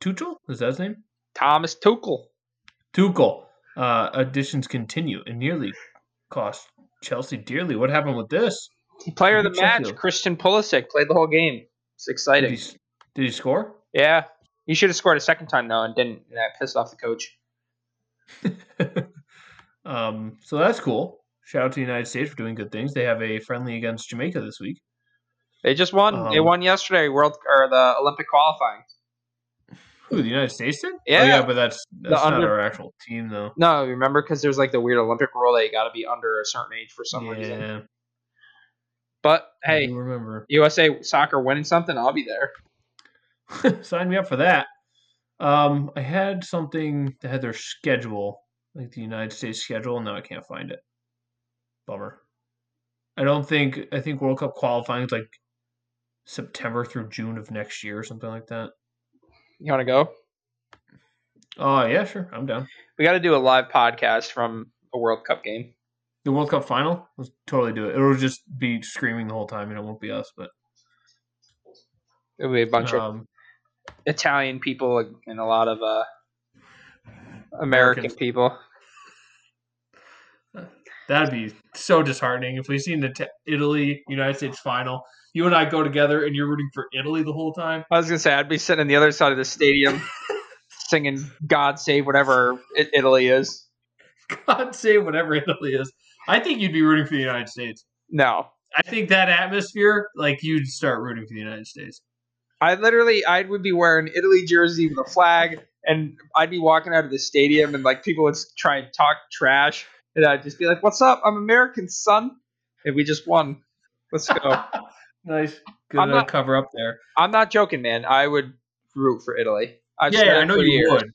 Speaker 1: Tuchel. Is that his name?
Speaker 2: Thomas Tuchel.
Speaker 1: Tuchel. Uh, additions continue and nearly cost Chelsea dearly. What happened with this?
Speaker 2: Player of the
Speaker 1: Who
Speaker 2: match,
Speaker 1: Sheffield?
Speaker 2: Christian Pulisic, played the whole game. It's
Speaker 1: Did
Speaker 2: exciting.
Speaker 1: he, did he score?
Speaker 2: Yeah. He should have scored a second time, though, and didn't. And that pissed off the coach.
Speaker 1: um, so that's cool. Shout out to the United States for doing good things. They have a friendly against Jamaica this week.
Speaker 2: They just won. they
Speaker 1: Um,
Speaker 2: won yesterday, World or the Olympic qualifying.
Speaker 1: Who the United States did?
Speaker 2: Yeah.
Speaker 1: oh, yeah, but that's that's not
Speaker 2: under-
Speaker 1: our actual team though.
Speaker 2: No, remember? Because there's like the weird Olympic rule that you got to be under a certain age for some reason.
Speaker 1: yeah, Mm-hmm.
Speaker 2: But
Speaker 1: I
Speaker 2: hey,
Speaker 1: do remember?
Speaker 2: USA soccer winning something, I'll be there.
Speaker 1: Sign me up for that. Um, I had something that had their schedule, like the United States schedule, and now I can't find it. Bummer. I don't think I think World Cup qualifying is like September through June of next year or something like that.
Speaker 2: You want to go?
Speaker 1: Oh yeah, sure, I'm down.
Speaker 2: We got to do a live podcast from a World Cup game.
Speaker 1: The World Cup final? Let's totally do it. It'll just be screaming the whole time and it won't be us, but
Speaker 2: There'll be a bunch of
Speaker 1: um,
Speaker 2: Italian people and a lot of uh, American
Speaker 1: Americans.
Speaker 2: people.
Speaker 1: that'd be so disheartening if we see an Ita- Italy United States final. You and I go together and you're rooting for Italy the whole time.
Speaker 2: I was gonna say I'd be sitting on the other side of the stadium singing "God Save Whatever I- Italy Is."
Speaker 1: God save whatever Italy is. I think you'd be rooting for the United States.
Speaker 2: No,
Speaker 1: I think that atmosphere, like you'd start rooting for the United States.
Speaker 2: I literally I would be wearing an Italy jersey with a flag, and I'd be walking out of the stadium, and like people would s- try and talk trash, and I'd just be like, "What's up? I'm American, son." And we just won. Let's go.
Speaker 1: nice, good
Speaker 2: Oh. I'm not-
Speaker 1: uh, cover up there.
Speaker 2: I'm not joking, man. I would root for Italy. I've
Speaker 1: yeah,
Speaker 2: said
Speaker 1: yeah,
Speaker 2: it
Speaker 1: I know
Speaker 2: for
Speaker 1: you
Speaker 2: years.
Speaker 1: would.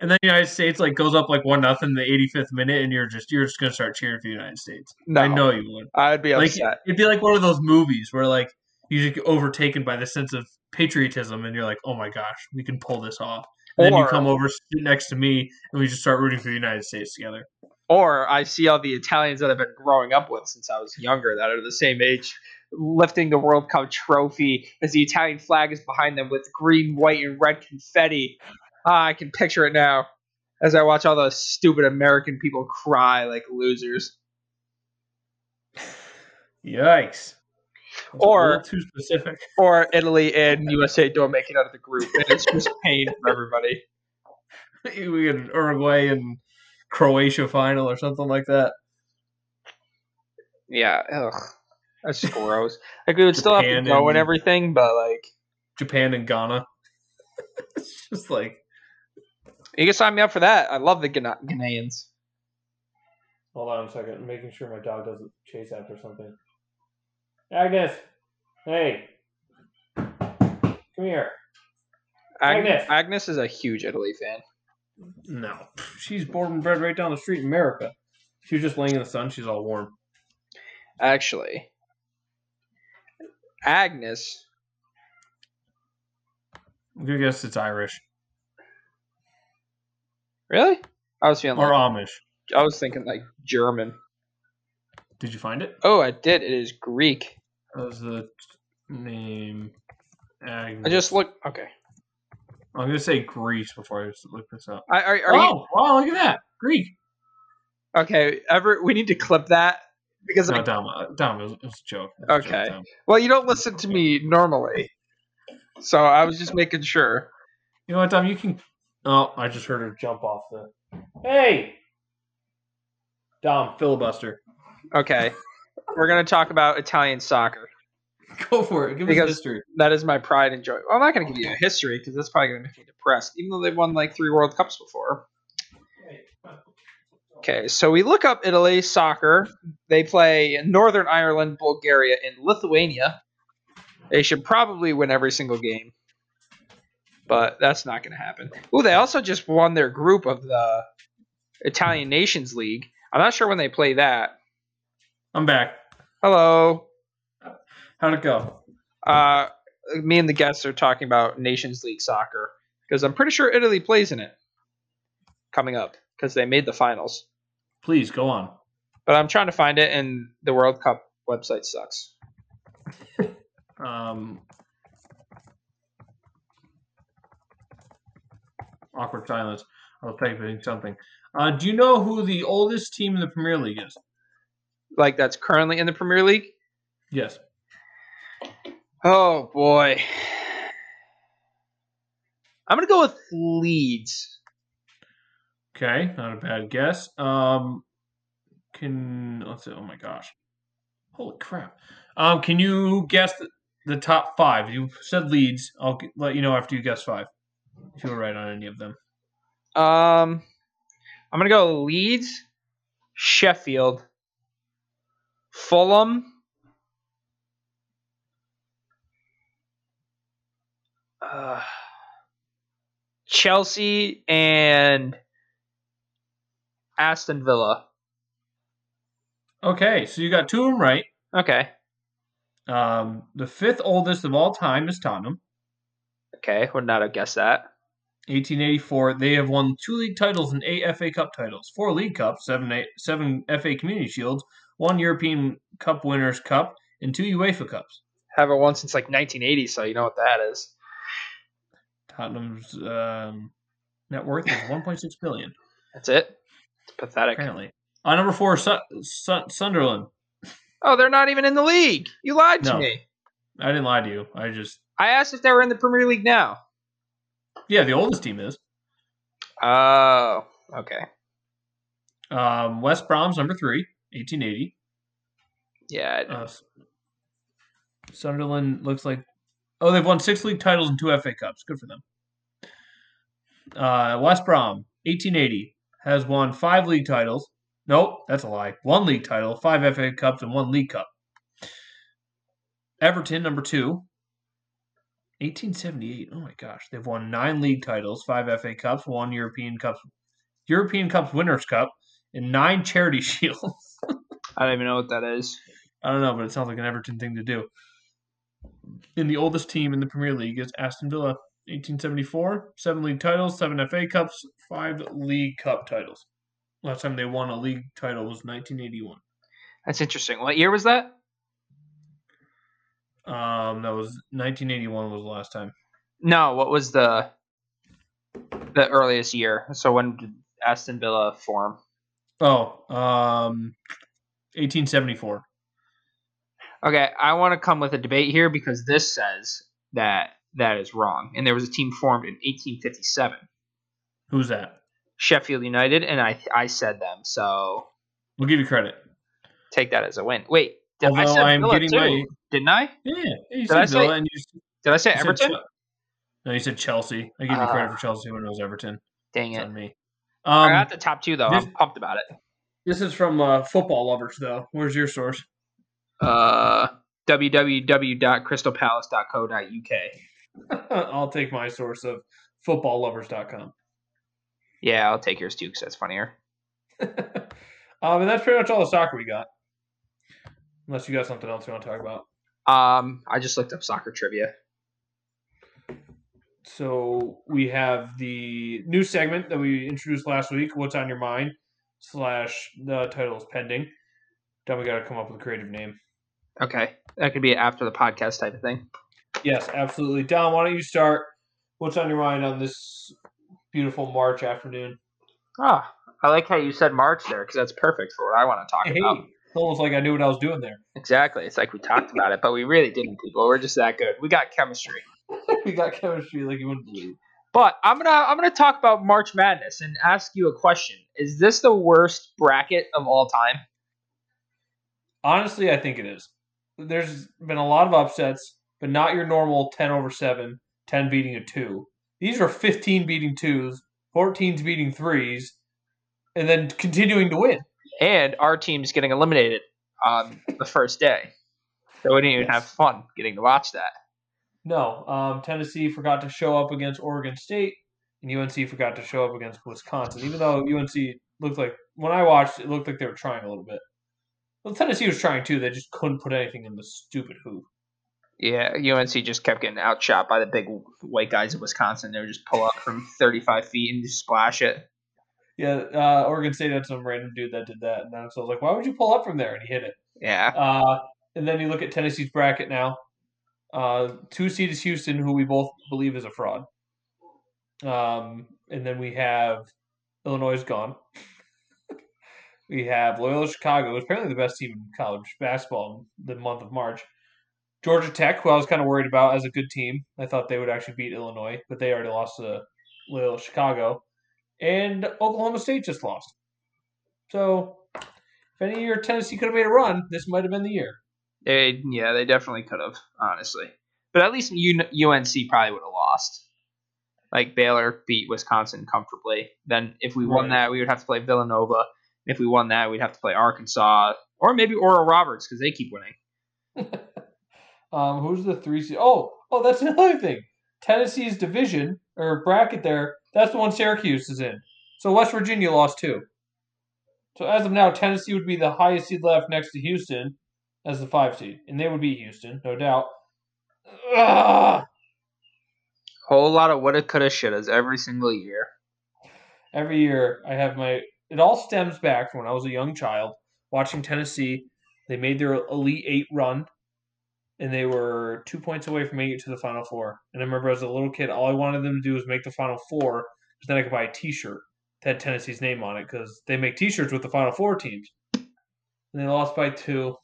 Speaker 1: And then the United States like goes up like one nothing in the 85th minute, and you're just you're just gonna start cheering for the United States.
Speaker 2: No,
Speaker 1: I know you would.
Speaker 2: I'd be
Speaker 1: like
Speaker 2: upset.
Speaker 1: it'd be like one of those movies where like you just get overtaken by the sense of patriotism, and you're like, oh my gosh, we can pull this off. And then you
Speaker 2: Or-
Speaker 1: come over, sit next to me, and we just start rooting for the United States together.
Speaker 2: or I see all the Italians that I've been growing up with since I was younger, that are the same age, lifting the World Cup trophy as the Italian flag is behind them with green, white, and red confetti. Ah, I can picture it now as I watch all those stupid American people cry like losers.
Speaker 1: Yikes! That's a
Speaker 2: Or-
Speaker 1: little too specific.
Speaker 2: Or Italy and USA don't make it out of the group, and it's just pain for everybody.
Speaker 1: we had an Uruguay and Croatia final or something like that.
Speaker 2: Yeah, ugh. That's just gross. Like, we would still have to
Speaker 1: Japan
Speaker 2: go and
Speaker 1: and-
Speaker 2: everything, but like,
Speaker 1: Japan and Ghana. it's just like,
Speaker 2: you can sign me up for that. I love the Ghana- Ghanaians.
Speaker 1: hold on a second, I'm making sure my dog doesn't chase after something. Agnes, hey, come here.
Speaker 2: Agnes,
Speaker 1: Agnes.
Speaker 2: Agnes is a huge Italy fan.
Speaker 1: No, she's born and bred right down the street in America. She was just laying in the sun. She's all warm.
Speaker 2: actually. Agnes.
Speaker 1: I'm gonna guess it's Irish
Speaker 2: Really? I was feeling
Speaker 1: or
Speaker 2: like,
Speaker 1: Amish.
Speaker 2: I was thinking like German.
Speaker 1: Did you find it?
Speaker 2: Oh, I did. It is Greek.
Speaker 1: That was the name. Agnes.
Speaker 2: I just looked. Okay.
Speaker 1: I'm gonna say Greece before I look this up.
Speaker 2: I, are are
Speaker 1: oh, wow, look at that. Greek.
Speaker 2: you okay? Ever? We need to clip that because
Speaker 1: No,
Speaker 2: I,
Speaker 1: Dom, uh, Dom, it was, it was a joke. It was a joke,
Speaker 2: Okay.
Speaker 1: Dom.
Speaker 2: well, you don't listen to me normally, so I was just making sure.
Speaker 1: You know what, Dom? You can. Oh, I just heard her jump off the. Hey! Dom, filibuster.
Speaker 2: Okay. We're gonna talk about Italian soccer.
Speaker 1: Go for it. Give
Speaker 2: Because-
Speaker 1: us history.
Speaker 2: That is my pride and joy. Well, I'm not gonna give you a history because that's probably gonna make me depressed, even though they've won like three World Cups before. Okay, so we look up Italy soccer. They play Northern Ireland, Bulgaria, and Lithuania. They should probably win every single game, but that's not going to happen. Ooh, they also just won their group of the Italian Nations League. I'm not sure when they play that.
Speaker 1: I'm back.
Speaker 2: Hello,
Speaker 1: How'd it go?
Speaker 2: uh, me and the guests are talking about Nations League soccer because I'm pretty sure Italy plays in it coming up because they made the finals.
Speaker 1: Please go on.
Speaker 2: But I'm trying to find it, and the World Cup website sucks.
Speaker 1: Um, awkward silence. I was typing something. Uh, do you know who the oldest team in the Premier League is?
Speaker 2: Like that's currently in the Premier League.
Speaker 1: Yes.
Speaker 2: Oh boy, I'm gonna go with Leeds.
Speaker 1: Okay, not a bad guess. Um, can let's see. Oh my gosh, holy crap! Um, can you guess the, the top five? You said Leeds. I'll g- let you know after you guess five. If you were right on any of them,
Speaker 2: Um, I'm gonna go Leeds, Sheffield, Fulham. Uh, Chelsea and Aston Villa.
Speaker 1: okay. So you got two of them right.
Speaker 2: Okay.
Speaker 1: Um, the fifth oldest of all time is Tottenham.
Speaker 2: Okay, would not have guessed that.
Speaker 1: 1884, they have won two league titles and eight FA Cup titles, four League Cups, seven, eight, seven FA Community Shields, one European Cup Winners' Cup, and two UEFA Cups.
Speaker 2: Haven't won since like 1980, so you know what that is.
Speaker 1: Tottenham's um, net worth is 1.6 billion,
Speaker 2: That's it. It's pathetic.
Speaker 1: apparently. On number four, Su- Su- Sunderland.
Speaker 2: Oh, they're not even in the league. You lied to
Speaker 1: No.
Speaker 2: me.
Speaker 1: I didn't lie to you. I just
Speaker 2: I asked if they were in the Premier League now.
Speaker 1: yeah, the oldest team is
Speaker 2: Oh, okay.
Speaker 1: um, West Brom's number three, 1880.
Speaker 2: Yeah. I know.
Speaker 1: Uh, Sunderland looks like oh they've won six league titles and two FA Cups. Good for them. Uh, West Brom, 1880, has won five league titles. Nope, that's a lie. One league title, five FA Cups, and one league cup. Everton, number two, 1878. Oh my gosh, they've won nine league titles, five FA Cups, one European Cups, European Cups Winners' Cup, and nine charity shields.
Speaker 2: I don't even know what that is.
Speaker 1: I don't know, but it sounds like an Everton thing to do. And the oldest team in the Premier League is Aston Villa, 1874. Seven league titles, seven FA Cups, five League Cup titles. Last time they won a league title was 1981.
Speaker 2: That's interesting. What year was that?
Speaker 1: Um, that was 1981 was the last time.
Speaker 2: No, what was the the earliest year? So when did Aston Villa form?
Speaker 1: Oh, um, 1874.
Speaker 2: Okay, I want to come with a debate here because this says that that is wrong. And there was a team formed in 1857,
Speaker 1: Who's that?
Speaker 2: Sheffield United, and I I said them. So
Speaker 1: We'll give you credit.
Speaker 2: take that as a win. Wait, did I
Speaker 1: Although
Speaker 2: said
Speaker 1: I'm
Speaker 2: Villa
Speaker 1: getting
Speaker 2: too?
Speaker 1: my
Speaker 2: Didn't I?
Speaker 1: yeah, you
Speaker 2: I
Speaker 1: said
Speaker 2: say-
Speaker 1: Villa and you said-
Speaker 2: Did I say
Speaker 1: you said
Speaker 2: Everton?
Speaker 1: Chel- No, you said Chelsea. I give you
Speaker 2: Ah.
Speaker 1: credit for Chelsea when it was Everton.
Speaker 2: Dang
Speaker 1: It's
Speaker 2: it!
Speaker 1: on me.
Speaker 2: I
Speaker 1: Um,
Speaker 2: got the top two though.
Speaker 1: this-
Speaker 2: I'm pumped about it.
Speaker 1: This is from uh, football lovers, though. Where's your source?
Speaker 2: Uh, www.crystalpalace.co.uk.
Speaker 1: I'll take my source of footballlovers.com.
Speaker 2: Yeah, I'll take yours too because that's funnier.
Speaker 1: um, and that's pretty much all the soccer we got. Unless you got something else you want to talk about.
Speaker 2: Um, I just looked up soccer trivia.
Speaker 1: So we have the new segment that we introduced last week. What's on your mind? Slash the title is pending. Then we got to come up with a creative name.
Speaker 2: Okay, that could be after the podcast type of thing.
Speaker 1: Yes, absolutely. Don, why don't you start? What's on your mind on this beautiful March afternoon?
Speaker 2: Ah, I like how you said March there because that's perfect for what I want to talk
Speaker 1: Hey,
Speaker 2: about.
Speaker 1: it's almost like I knew what I was doing there.
Speaker 2: Exactly. It's like we talked about it, but we really didn't, people. We're just that good. We got chemistry.
Speaker 1: we got chemistry like you wouldn't believe.
Speaker 2: But I'm gonna I'm gonna talk about March Madness and ask you a question. Is this the worst bracket of all time?
Speaker 1: Honestly, I think it is. There's been a lot of upsets, but not your normal 10 over 7, 10 beating a 2. These are 15 beating 2s, 14s beating 3s, and then continuing to win.
Speaker 2: And our team's getting eliminated on the first day, so we didn't even
Speaker 1: Yes.
Speaker 2: have fun getting to watch that.
Speaker 1: No, um, Tennessee forgot to show up against Oregon State, and UNC forgot to show up against Wisconsin, even though UNC looked like, when I watched, it looked like they were trying a little bit. Well, Tennessee was trying too. They just couldn't put anything in the stupid hoop.
Speaker 2: Yeah, UNC just kept getting outshot by the big white guys of Wisconsin. They would just pull up from 35 feet and just splash it.
Speaker 1: Yeah, uh, Oregon State had some random dude that did that, and then so I was like, "Why would you pull up from there?" And he hit it.
Speaker 2: Yeah.
Speaker 1: Uh, and then you look at Tennessee's bracket now. Uh, two seed is Houston, who we both believe is a fraud. Um, and then we have Illinois is gone. we have Loyola Chicago, who's apparently the best team in college basketball in the month of March. Georgia Tech, who I was kind of worried about as a good team. I thought they would actually beat Illinois, but they already lost to Loyola Chicago. And Oklahoma State just lost. So if any year Tennessee could have made a run, this might have been the year.
Speaker 2: They, yeah, they definitely could have, honestly. But at least U- UNC probably would have lost. Like Baylor beat Wisconsin comfortably. Then if we won
Speaker 1: Right.
Speaker 2: that, we would have to play Villanova. If we won that, we'd have to play Arkansas or maybe Oral Roberts because they keep winning.
Speaker 1: Um, who's the three seed? Oh, oh, that's another thing. Tennessee's division or bracket there. That's the one Syracuse is in. So West Virginia lost too. So as of now, Tennessee would be the highest seed left next to Houston as the five seed, and they would beat Houston, no doubt. Ugh.
Speaker 2: Whole lot of woulda, coulda, shouldas every single year.
Speaker 1: Every year, I have my. It all stems back from when I was a young child watching Tennessee. They made their Elite Eight run, and they were two points away from making it to the Final Four. And I remember as a little kid, all I wanted them to do was make the Final Four, because then I could buy a T-shirt that had Tennessee's name on it, because they make T-shirts with the Final Four teams. And they lost by two,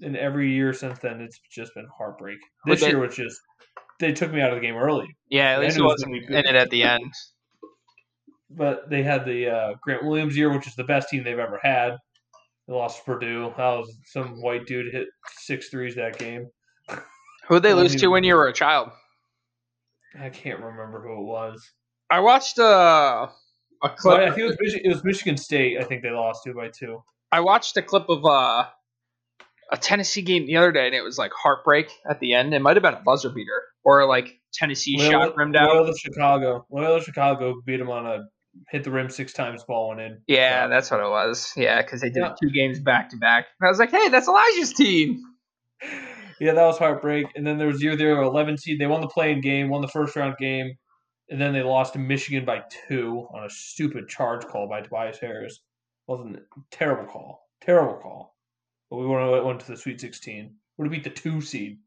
Speaker 1: and every year since then, it's just been heartbreak.
Speaker 2: Would
Speaker 1: This
Speaker 2: they-
Speaker 1: year was just they took me out of the game early.
Speaker 2: Yeah, at
Speaker 1: Yeah,
Speaker 2: least
Speaker 1: I
Speaker 2: it
Speaker 1: knew it was
Speaker 2: wasn't
Speaker 1: gonna be good.
Speaker 2: in it at the end.
Speaker 1: but they had the uh, Grant Williams year, which is the best team they've ever had. They lost to Purdue. That was some white dude hit six threes that game.
Speaker 2: Who'd they
Speaker 1: Well,
Speaker 2: lose
Speaker 1: he-
Speaker 2: to when you were a child?
Speaker 1: I can't remember who it was.
Speaker 2: I watched uh, a
Speaker 1: But I
Speaker 2: clip.
Speaker 1: think it was, Michi- it was Michigan State. I think they lost two by two.
Speaker 2: I watched a clip of uh, a Tennessee game the other day, and it was like heartbreak at the end. It might have been a buzzer beater or like Tennessee shot rimmed out.
Speaker 1: Loyola Chicago. Loyola Chicago beat them on a hit the rim six times. Ball went in.
Speaker 2: yeah, that's what it was. Yeah, because they did
Speaker 1: Yeah.
Speaker 2: two games back to back. And I was like, hey, that's Elijah's team.
Speaker 1: Yeah, that was heartbreak. And then there was year they were 11 seed. They won the playing game, won the first round game, and then they lost to Michigan by two on a stupid charge call by Tobias Harris. Wasn't it? terrible call, terrible call. But we went went to the Sweet 16. Would have beat the two seed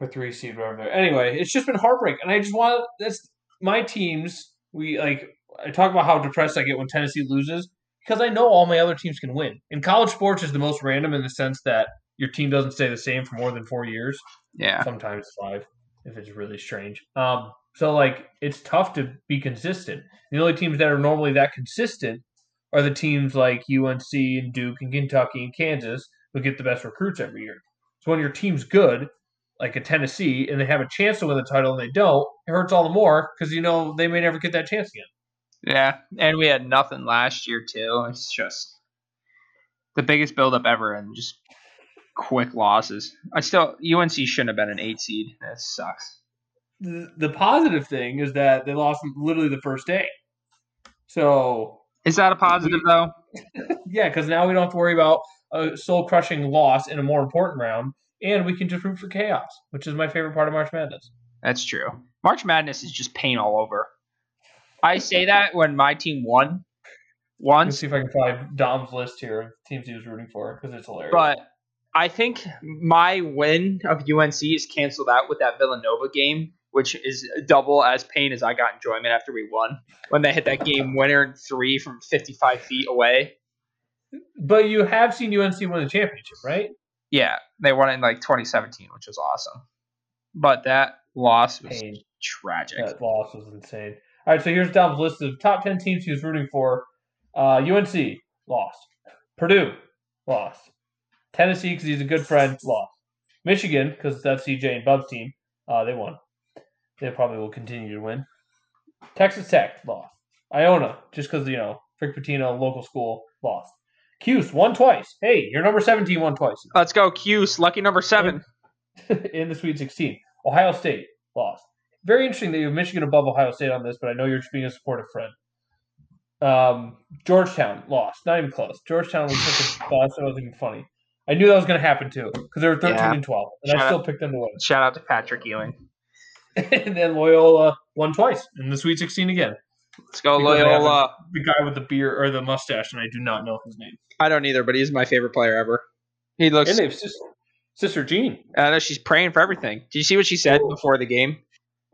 Speaker 1: or three seed, whatever. There. Anyway, it's just been heartbreak, and I just want that's my teams. We like I talk about how depressed I get when Tennessee loses because I know all my other teams can win. And college sports is the most random in the sense that your team doesn't stay the same for more than four years,
Speaker 2: Yeah.
Speaker 1: sometimes five, if it's really strange. Um, so like it's tough to be consistent. The only teams that are normally that consistent are the teams like UNC and Duke and Kentucky and Kansas who get the best recruits every year. So when your team's good, like a Tennessee, and they have a chance to win the title and they don't, it hurts all the more because you know they may never get that chance again.
Speaker 2: Yeah. And we had nothing last year, too. It's just the biggest buildup ever and just quick losses. I still, UNC shouldn't have been an eight seed. That sucks.
Speaker 1: The, the positive thing is that they lost literally the first day. So
Speaker 2: Is that a positive, though?
Speaker 1: Yeah, because now we don't have to worry about a soul crushing loss in a more important round, and we can just root for chaos, which is my favorite part of March Madness.
Speaker 2: That's true. March Madness is just pain all over. I say that when my team won
Speaker 1: Let's
Speaker 2: once,
Speaker 1: see if I can find Dom's list here of teams he was rooting for because it's hilarious.
Speaker 2: but I think my win of UNC is canceled out with that Villanova game, which is double as pain as I got enjoyment after we won when they hit that game winner in three from 55 feet away.
Speaker 1: but you have seen UNC win the championship, right?
Speaker 2: Yeah, they won it in like 2017, which was awesome. But that loss was
Speaker 1: Pain.
Speaker 2: tragic.
Speaker 1: That loss was insane. All right, so here's Dom's list of top 10 teams he was rooting for. Uh, UNC, lost. Purdue, lost. Tennessee, because he's a good friend, lost. Michigan, because that's CJ and Bub's team, uh, they won. They probably will continue to win. Texas Tech, lost. Iona, just because, you know, Frick Patino, local school, lost. Cuse, won twice. Hey, you're number 17, won twice
Speaker 2: Let's go, Cuse, lucky number seven.
Speaker 1: in the Sweet 16. Ohio State lost. Very interesting that you have Michigan above Ohio State on this, but I know you're just being a supportive friend. Um, Georgetown lost. Not even close. Georgetown was such a bust. That wasn't even funny. I knew that was going to happen too because they were 13
Speaker 2: Yeah.
Speaker 1: and 12, and
Speaker 2: Shout
Speaker 1: I still picked them to win.
Speaker 2: Shout out to Patrick Ewing.
Speaker 1: and then Loyola won twice in the Sweet 16 again.
Speaker 2: Let's go,
Speaker 1: Because they haven't-
Speaker 2: Loyola.
Speaker 1: The guy with the beard or the mustache, and I do not know his name.
Speaker 2: I don't either, but he's my favorite player ever. He looks.
Speaker 1: And they have sister, sister Jean.
Speaker 2: I know she's praying for everything. Did you see what she said
Speaker 1: Ooh.
Speaker 2: before the game?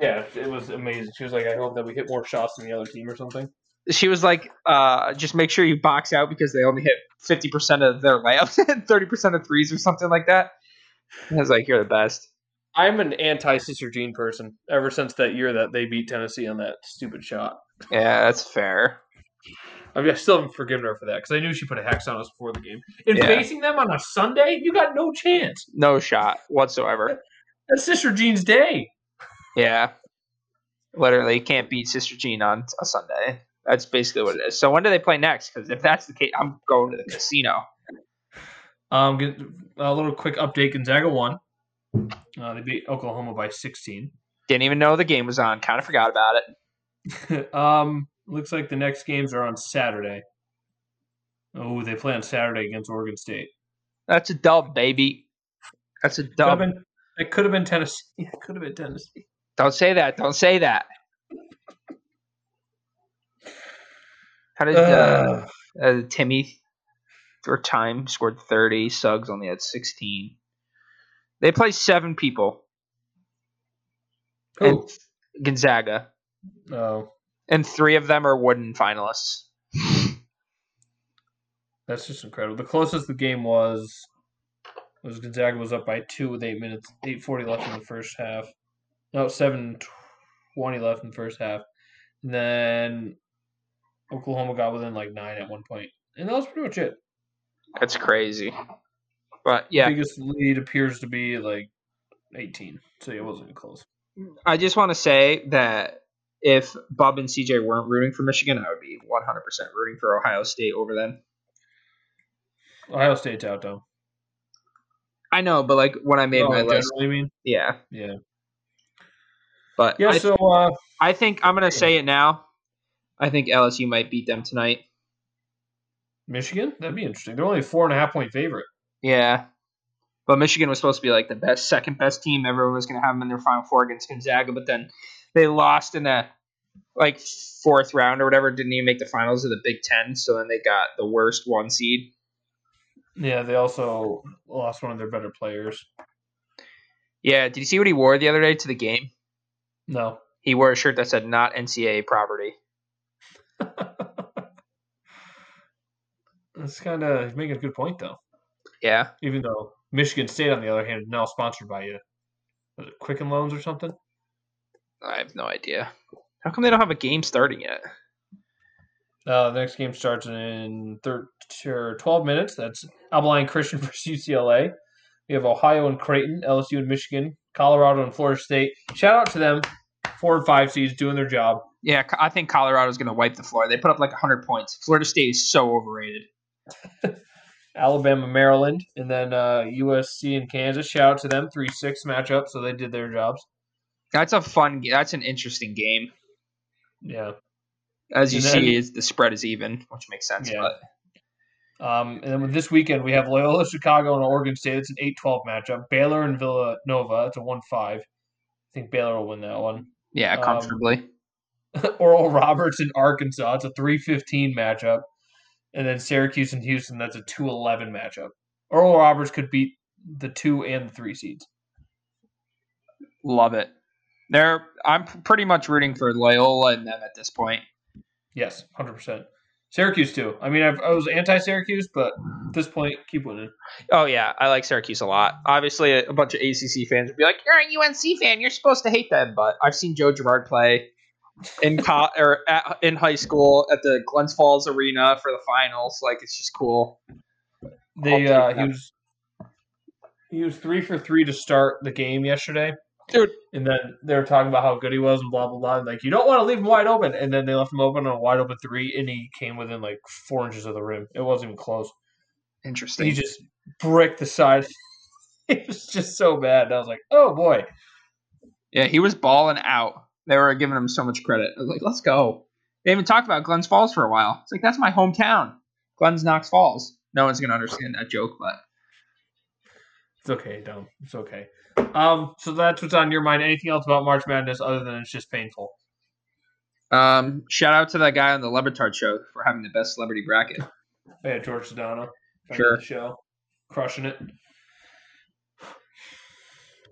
Speaker 1: Yeah, it was amazing. She was like, "I hope that we hit more shots than the other team or something."
Speaker 2: She was like, uh, "Just make sure you box out because they only hit fifty percent of their layups and thirty percent of threes or something like that." And I was like, "You're the best."
Speaker 1: I'm an anti Sister Jean person ever since that year that they beat Tennessee on that stupid shot.
Speaker 2: Yeah, that's fair.
Speaker 1: I mean, I still haven't forgiven her for that because I knew she put a hex on us before the game. And
Speaker 2: Yeah.
Speaker 1: facing them on a Sunday, you got no chance.
Speaker 2: No shot whatsoever.
Speaker 1: That's Sister Jean's day.
Speaker 2: Yeah, literally you can't beat Sister Jean on a Sunday. That's basically what it is. So when do they play next? Because if that's the case, I'm going to the casino.
Speaker 1: Um, get- a little quick update: Gonzaga won. Uh, they beat Oklahoma by 16.
Speaker 2: Didn't even know the game was on. Kind of forgot about it.
Speaker 1: um, looks like the next games are on Saturday. Oh, they play on Saturday against Oregon State.
Speaker 2: That's a dub, baby. That's a
Speaker 1: Could have
Speaker 2: dub.
Speaker 1: been, it could have been Tennessee. It could have been Tennessee.
Speaker 2: Don't say that. Don't say that. How did uh, uh, Timmy or Time scored 30? Suggs only had 16. They play seven people.
Speaker 1: Who?
Speaker 2: And Gonzaga.
Speaker 1: Oh,
Speaker 2: And three of them are wooden finalists.
Speaker 1: that's just incredible. The closest the game was was Gonzaga was up by two with eight minutes, eight forty left in the first half. No, seven twenty left in the first half. And then Oklahoma got within like nine at one point, and that was pretty much it.
Speaker 2: That's crazy. But yeah,
Speaker 1: Biggest lead appears to be like eighteen, so yeah, it wasn't even close.
Speaker 2: I just want to say that if Bob and CJ weren't rooting for Michigan, I would be 100% rooting for Ohio State over them.
Speaker 1: Ohio State's out though.
Speaker 2: I know, but like when I made
Speaker 1: Oh,
Speaker 2: my list,
Speaker 1: generally, I mean,
Speaker 2: yeah,
Speaker 1: yeah,
Speaker 2: but
Speaker 1: yeah.
Speaker 2: I,
Speaker 1: so uh,
Speaker 2: I think I'm gonna say it now. I think LSU might beat them tonight.
Speaker 1: Michigan, that'd be interesting. They're only a four and a half point favorite.
Speaker 2: Yeah, but Michigan was supposed to be like the best, second best team. Everyone was gonna have them in their Final Four against Gonzaga, but then they lost in the like fourth round or whatever. Didn't even make the finals of the Big Ten, so then they got the worst one seed.
Speaker 1: Yeah, they also lost one of their better players.
Speaker 2: Yeah, did you see what he wore the other day to the game?
Speaker 1: No,
Speaker 2: He wore a shirt that said "Not NCAA property."
Speaker 1: that's kind of he's making a good point though.
Speaker 2: Yeah,
Speaker 1: Even though Michigan State, on the other hand, is now sponsored by you. Was it Quicken Loans or something?
Speaker 2: I have no idea. How come they don't have a game starting yet?
Speaker 1: Uh, the next game starts in thir- or 12 minutes. That's Abilene Christian versus UCLA. We have Ohio and Creighton, LSU and Michigan, Colorado and Florida State. Shout out to them, four and five seeds doing their job.
Speaker 2: Yeah, Co- I think Colorado's going to wipe the floor. They put up like 100 points. Florida State is so overrated.
Speaker 1: Alabama, Maryland, and then uh, USC and Kansas. Shout out to them, three six matchup. So they did their jobs.
Speaker 2: That's a fun. g- That's an interesting game.
Speaker 1: Yeah.
Speaker 2: As you
Speaker 1: And then-
Speaker 2: see, is the spread is even, which makes sense.
Speaker 1: Yeah.
Speaker 2: But
Speaker 1: Um, and then with this weekend we have Loyola, Chicago, and Oregon State. It's an 8-12 matchup. Baylor and Villanova. It's a one five. I think Baylor will win that one.
Speaker 2: yeah,
Speaker 1: Um,
Speaker 2: comfortably.
Speaker 1: Oral Roberts in Arkansas. It's a 315 matchup. And then Syracuse and Houston, that's a 211 matchup. Oral Roberts could beat the two and the three seeds.
Speaker 2: Love it. They're. I'm p- pretty much rooting for Loyola and them at this point.
Speaker 1: Yes, 100%. Syracuse, too. I mean, I've, I was anti Syracuse, but at this point, keep winning.
Speaker 2: Oh yeah, I like Syracuse a lot. Obviously, a, a bunch of ACC fans would be like, "You're a UNC fan. You're supposed to hate them." But I've seen Joe Girard play in co- or at, in high school at the Glens Falls Arena for the finals. Like it's just cool.
Speaker 1: They
Speaker 2: I'll
Speaker 1: uh,
Speaker 2: take
Speaker 1: he
Speaker 2: that.
Speaker 1: was he was three for three to start the game yesterday,
Speaker 2: Dude.
Speaker 1: And then they were talking about how good he was and blah blah blah. and like you don't want to leave him wide open, and then they left him open on a wide open three, and he came within like four inches of the rim. It wasn't even close.
Speaker 2: Interesting.
Speaker 1: he just bricked the side. it was just so bad. And I was like, oh boy.
Speaker 2: Yeah, he was balling out. They were giving him so much credit. I was like, let's go. They even talked about Glens Falls for a while. It's like that's my hometown, Glens Knox Falls. No one's gonna understand that joke, but
Speaker 1: It's okay, Dom. It's okay. Um, so that's what's on your mind. Anything else about March Madness other than it's just painful?
Speaker 2: um, shout out to that guy on the Levitard show for having the best celebrity bracket.
Speaker 1: Yeah, George Sedano. friend of
Speaker 2: Sure.
Speaker 1: the show. Crushing it.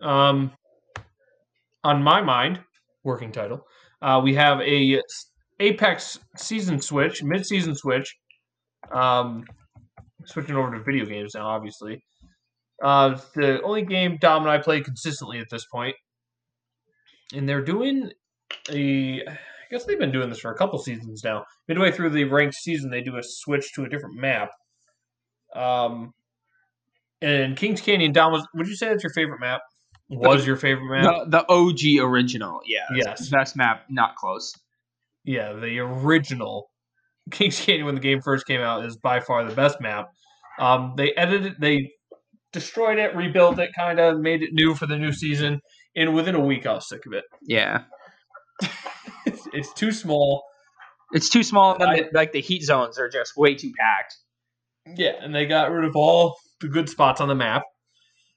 Speaker 1: Um, on my mind, working title, uh, we have a s- Apex season switch, mid-season switch. Um, switching over to video games now, obviously. Uh, it's the only game Dom and I play consistently at this point, and they're doing a. I guess they've been doing this for a couple seasons now. Midway through the ranked season, they do a switch to a different map. Um, and Kings Canyon, Dom was. Would you say that's your favorite map? Was your favorite map?
Speaker 2: The, the OG original, yeah,
Speaker 1: Yes.
Speaker 2: best map, not close.
Speaker 1: Yeah, the original Kings Canyon when the game first came out is by far the best map. Um, they edited, they destroyed it, rebuilt it, kind of made it new for the new season. And within a week, I was sick of it.
Speaker 2: Yeah,
Speaker 1: It's, it's too small.
Speaker 2: it's too small. And then
Speaker 1: I-
Speaker 2: the- like the heat zones are just way too packed.
Speaker 1: Yeah, and they got rid of all the good spots on the map,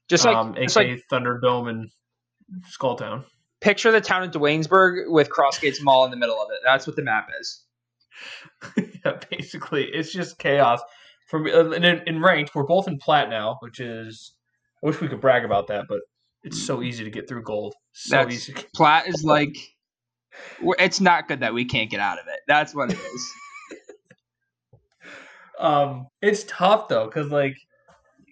Speaker 2: Just like
Speaker 1: um,
Speaker 2: just
Speaker 1: aka
Speaker 2: like
Speaker 1: Thunderdome and Skulltown.
Speaker 2: picture the town of Dwaynesburg with Crossgates Mall in the middle of it. That's what the map is.
Speaker 1: yeah, basically, it's just chaos. From in, in ranked, we're both in plat now, which is I wish we could brag about that, but it's so easy to get through gold. So
Speaker 2: That's-
Speaker 1: easy.
Speaker 2: Plat is like we're- it's not good that we can't get out of it. That's what it is.
Speaker 1: Um, it's tough though, because like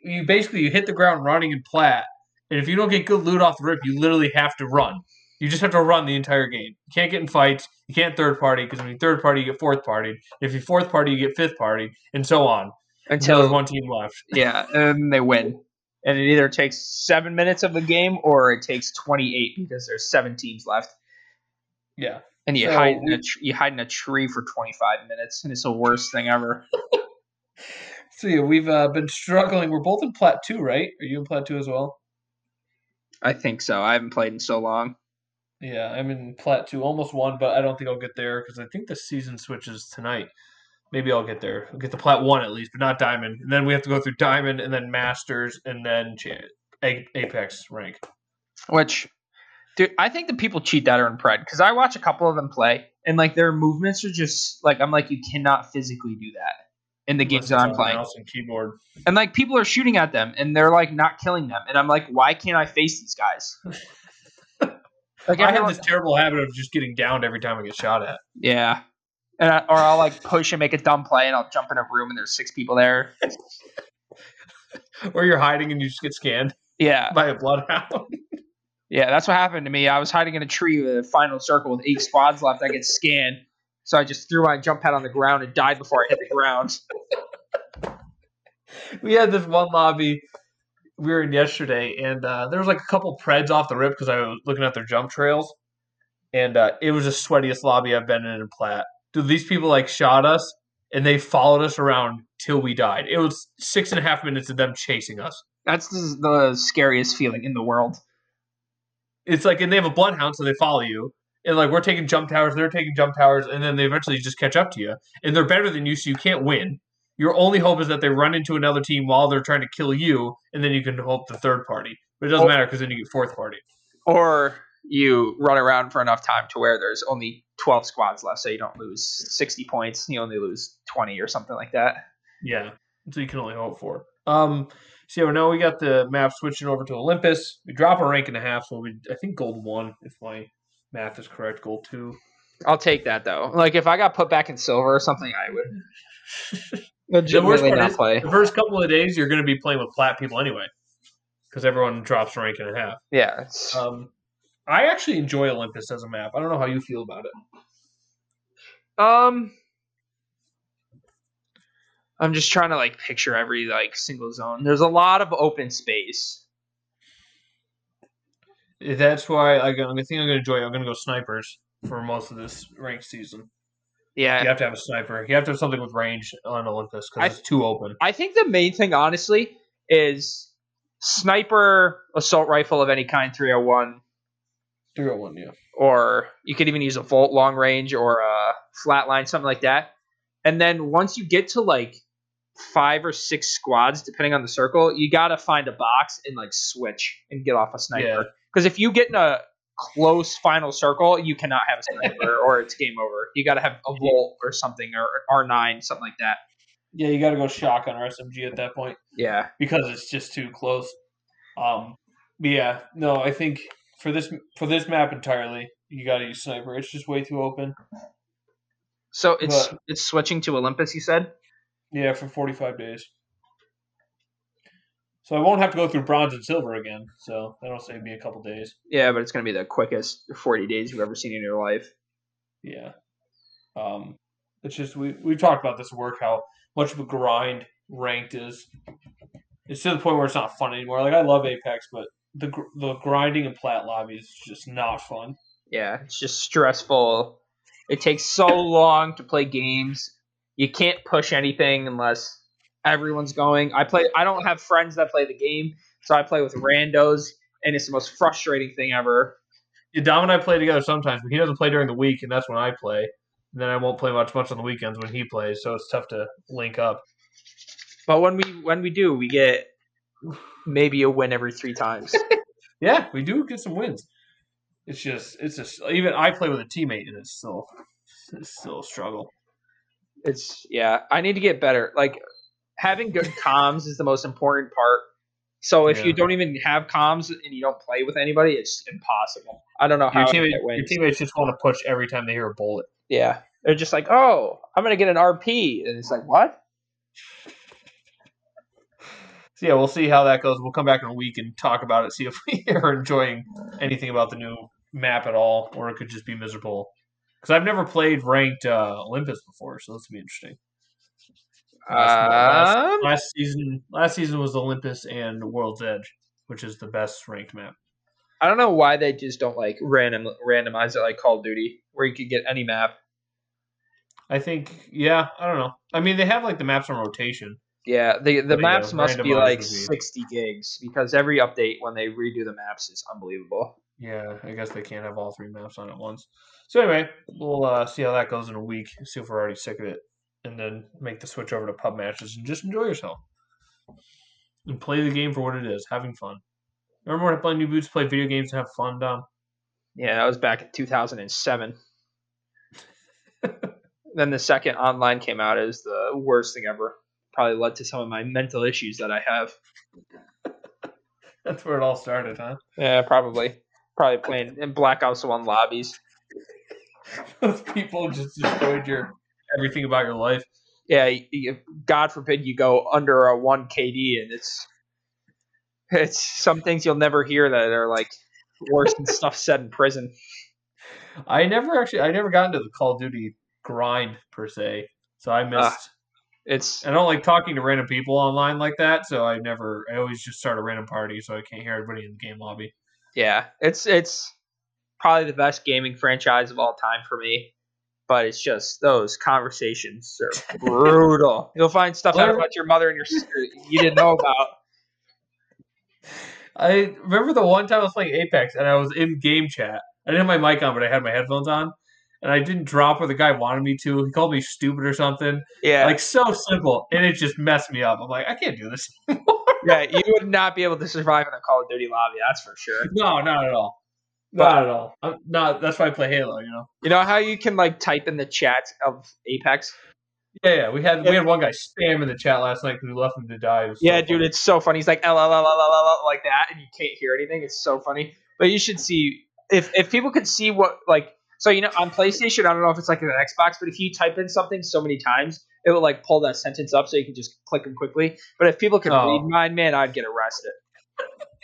Speaker 1: you basically you hit the ground running in plat, and if you don't get good loot off the rip, you literally have to run. You just have to run the entire game. You can't get in fights. You can't third party because when you third party, you get fourth party. If you fourth party, you get fifth party, and so on until there's
Speaker 2: Until
Speaker 1: one team left.
Speaker 2: yeah, and they win. And it either takes seven minutes of the game or it takes twenty eight because there's seven teams left.
Speaker 1: Yeah,
Speaker 2: And you
Speaker 1: So
Speaker 2: hide in a
Speaker 1: we-
Speaker 2: tr- you hide in a tree for twenty five minutes, and it's the worst thing ever.
Speaker 1: so yeah, we've uh, been struggling. We're both in plat two, right? Are you in plat two as well?
Speaker 2: I think so. I haven't played in so long.
Speaker 1: Yeah, I'm in plat two, almost one, but I don't think I'll get there because I think the season switches tonight. Maybe I'll get there. I'll get the plat one at least, but not diamond. And then we have to go through diamond, and then masters, and then cha- A- apex rank.
Speaker 2: Which, dude, I think the people cheat that are in Pred because I watch a couple of them play, and like their movements are just like I'm like you cannot physically do that in the games that
Speaker 1: Unless
Speaker 2: I'm
Speaker 1: it's on
Speaker 2: playing,
Speaker 1: mouse and keyboard.
Speaker 2: and like people are shooting at them and they're like not killing them, and I'm like, why can't I face these guys? like
Speaker 1: I have
Speaker 2: everyone,
Speaker 1: this terrible habit of just getting downed every time I get shot at.
Speaker 2: yeah. And I, or I'll like push and make a dumb play, and I'll jump in a room, and there's six people there.
Speaker 1: Or you're hiding and you just get scanned
Speaker 2: Yeah,
Speaker 1: by a bloodhound.
Speaker 2: yeah, that's what happened to me. I was hiding in a tree with a final circle with eight squads left. I get scanned, so I just threw my jump pad on the ground and died before I hit the ground.
Speaker 1: we had this one lobby we were in yesterday, and uh, there was like a couple preds off the rip because I was looking at their jump trails, and uh, it was the sweatiest lobby I've been in in Platt. Dude, these people like shot us, and they followed us around till we died. It was six and a half minutes of them chasing us.
Speaker 2: That's the, the scariest feeling in the world.
Speaker 1: It's like, and they have a bloodhound, so they follow you. And like we're taking jump towers, they're taking jump towers, and then they eventually just catch up to you. And they're better than you, so you can't win. Your only hope is that they run into another team while they're trying to kill you, and then you can hope the third party. But it doesn't
Speaker 2: Oh.
Speaker 1: matter because then you get fourth party.
Speaker 2: Or you run around for enough time to where there's only 12 squads left, so you don't lose 60 points. You only lose 20 or something like that.
Speaker 1: Yeah. So you can only hope for. Um so yeah, now we got the map switching over to Olympus. We drop a rank and a half, so we I think gold one, if my math is correct, gold two.
Speaker 2: I'll take that, though. Like, if I got put back in silver or something, I would legitimately
Speaker 1: part
Speaker 2: not
Speaker 1: is-
Speaker 2: play.
Speaker 1: The first couple of days you're gonna be playing with plat people anyway. Because everyone drops a rank and a half.
Speaker 2: Yeah. it's-
Speaker 1: Um I actually enjoy Olympus as a map. I don't know how you feel about it.
Speaker 2: Um, I'm just trying to, like, picture every, like, single zone. There's a lot of open space.
Speaker 1: That's why I, go- I think I'm going to enjoy. it. I'm going to go snipers for most of this ranked season.
Speaker 2: Yeah.
Speaker 1: You have to have a sniper. You have to have something with range on Olympus
Speaker 2: I-
Speaker 1: because it's too open.
Speaker 2: I think the main thing, honestly, is sniper, assault rifle of any kind, 301,
Speaker 1: Three hundred one, yeah.
Speaker 2: or you could even use a volt long range or a flatline, something like that. And then once you get to like five or six squads, depending on the circle, you got to find a box and like switch and get off a
Speaker 1: Yeah.
Speaker 2: sniper. Because if you get in a close final circle, you cannot have a sniper or it's game over. You got to have a volt or something or an R9, something like that.
Speaker 1: Yeah, you got to go shotgun or SMG at that point
Speaker 2: Yeah.
Speaker 1: because it's just too close. Um, but yeah, no, I think for this for this map entirely, you got to use sniper. It's just way too open.
Speaker 2: So it's
Speaker 1: But-
Speaker 2: it's switching to Olympus, you said?
Speaker 1: Yeah, for forty five days. So I won't have to go through bronze and silver again. So that'll save me a couple days.
Speaker 2: Yeah, but it's going to be the quickest 40 days you've ever seen in your life.
Speaker 1: Yeah. Um, it's just we we've talked about this at work how much of a grind ranked is. It's to the point where it's not fun anymore. Like I love Apex, but the gr- the grinding and plat lobbies is just not fun.
Speaker 2: Yeah, it's just stressful. It takes so long to play games. You can't push anything unless everyone's going. I play I don't have friends that play the game, so I play with randos and it's the most frustrating thing ever.
Speaker 1: Yeah, Dom and I play together sometimes, but he doesn't play during the week, and that's when I play. And then I won't play much much on the weekends when he plays, so it's tough to link up.
Speaker 2: But when we when we do, we get maybe a win every 3 times.
Speaker 1: Yeah, we do get some wins. It's just it's just even I play with a teammate and it's still it's still a struggle.
Speaker 2: It's yeah. I need to get better. Like having good comms is the most important part. So if
Speaker 1: Yeah.
Speaker 2: you don't even have comms and you don't play with anybody, it's impossible. I don't know how
Speaker 1: Your,
Speaker 2: it
Speaker 1: teammate, your
Speaker 2: wins.
Speaker 1: teammates just want to push every time they hear a bullet.
Speaker 2: Yeah, they're just like, oh, I'm gonna get an RP, and it's like, what?
Speaker 1: So yeah, we'll see how that goes. We'll come back in a week and talk about it. See if we are enjoying anything about the new map at all, or it could just be miserable. Because I've never played ranked uh, Olympus before, so this will be interesting. Last-
Speaker 2: Um,
Speaker 1: Last season, last season was Olympus and World's Edge, which is the best ranked map.
Speaker 2: I don't know why they just don't like random randomize it like Call of Duty, where you could get any map.
Speaker 1: I think, yeah, I don't know. I mean, they have like the maps on rotation.
Speaker 2: Yeah, the the
Speaker 1: There you
Speaker 2: maps
Speaker 1: go.
Speaker 2: must be
Speaker 1: Randomize
Speaker 2: like
Speaker 1: would be-
Speaker 2: sixty gigs because every update when they redo the maps is unbelievable.
Speaker 1: Yeah, I guess they can't have all three maps on at once. So anyway, we'll uh, see how that goes in a week. See if we're already sick of it, and then make the switch over to pub matches and just enjoy yourself and play the game for what it is, having fun. Remember when I played New Boots, play video games and have fun, Dom?
Speaker 2: Yeah, that was back in two thousand and seven. then the second online came out is the worst thing ever. Probably led to some of my mental issues that I have.
Speaker 1: That's where it all started, huh?
Speaker 2: Yeah, probably. Probably playing in Black Ops One lobbies.
Speaker 1: Those people just destroyed your everything about your life.
Speaker 2: Yeah, you, you- God forbid you go under a one KD, and it's it's some things you'll never hear that are like worse than stuff said in prison.
Speaker 1: I never actually, I never got into the Call of Duty grind per se, so I missed.
Speaker 2: It's
Speaker 1: I don't like talking to random people online like that, so I never. I always just start a random party, so I can't hear everybody in the game lobby.
Speaker 2: yeah, it's it's probably the best gaming franchise of all time for me. But it's just those conversations are brutal. You'll find stuff out
Speaker 1: Well,
Speaker 2: about your mother and your sister that you didn't know about.
Speaker 1: I remember the one time I was playing Apex and I was in game chat. I didn't have my mic on, but I had my headphones on, and I didn't drop where the guy wanted me to. He called me stupid or something,
Speaker 2: Yeah,
Speaker 1: like so simple, and it just messed me up. I'm like, I can't do this.
Speaker 2: yeah, you would not be able to survive in a Call of Duty lobby. That's for sure.
Speaker 1: No, not at all.
Speaker 2: But-
Speaker 1: Not at all. I'm not. That's why I play Halo. You know.
Speaker 2: You know how you can like type in the chat of Apex?
Speaker 1: Yeah, yeah. We had we had one guy spam in the chat last night because we left him to die. It was so
Speaker 2: Yeah,
Speaker 1: funny.
Speaker 2: dude, it's so funny. He's like "L, L, L, L, L, L," like that, and you can't hear anything. It's so funny. But you should see if if people could see what like so you know on PlayStation. I don't know if it's like an Xbox, but if you type in something so many times, it will like pull that sentence up so you can just click them quickly. But if people could
Speaker 1: Oh.
Speaker 2: read mine, man, I'd get arrested.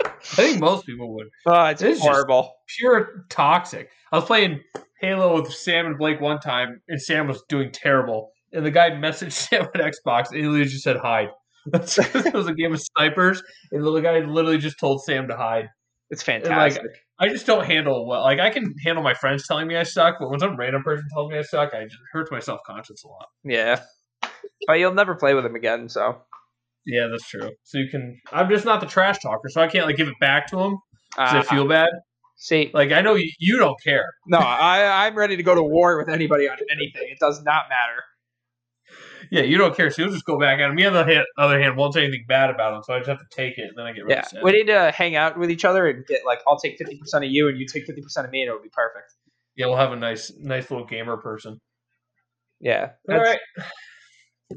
Speaker 1: I think most people would.
Speaker 2: Oh, it's
Speaker 1: It is just-
Speaker 2: horrible.
Speaker 1: pure toxic. I was playing Halo with Sam and Blake one time, and Sam was doing terrible. And the guy messaged Sam on Xbox, and he literally just said hide. That's- it was a game of snipers, and the guy literally just told Sam to hide.
Speaker 2: It's fantastic.
Speaker 1: I just don't handle well. Like I can handle my friends telling me I suck, but when some random person tells me I suck, I just hurts my self conscience a lot.
Speaker 2: yeah, but you'll never play with them again. So
Speaker 1: Yeah, that's true. So you can. I'm just not the trash talker, so I can't like give it back to him because
Speaker 2: uh,
Speaker 1: I feel bad.
Speaker 2: see,
Speaker 1: Like I know you, you don't care.
Speaker 2: No, I, I'm ready to go to war with anybody on anything. It does not matter.
Speaker 1: Yeah, you don't care, so you'll just go back at him. Me on the hand, other hand won't say anything bad about him, so I just have to take it, and then I get really
Speaker 2: Yeah,
Speaker 1: sad.
Speaker 2: we need to hang out with each other and get like, I'll take 50% of you and you take 50% of me, and it'll be perfect.
Speaker 1: Yeah, we'll have a nice, nice little gamer person.
Speaker 2: Yeah.
Speaker 1: All right,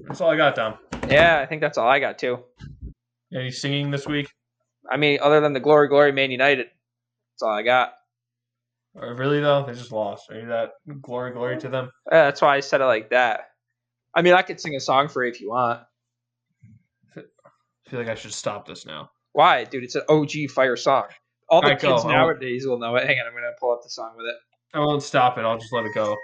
Speaker 1: that's all I got, Dom.
Speaker 2: Yeah, I think that's all I got too.
Speaker 1: Any singing this week?
Speaker 2: I mean, other than the glory, glory, Man United, that's all I got.
Speaker 1: Or really though, they just lost. Are you that glory, glory to them?
Speaker 2: Uh, that's why I said it like that. I mean, I could sing a song for you if you want.
Speaker 1: I feel like I should stop this now.
Speaker 2: Why, dude? It's an OG fire song. All the
Speaker 1: All right, go.
Speaker 2: kids
Speaker 1: I'll-
Speaker 2: nowadays will know it. Hang on, I'm gonna pull up the song with it.
Speaker 1: I won't stop it. I'll just let it go.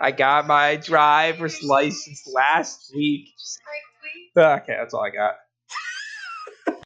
Speaker 2: I got my driver's license last week.
Speaker 3: Just like, we
Speaker 2: Okay, that's all I got.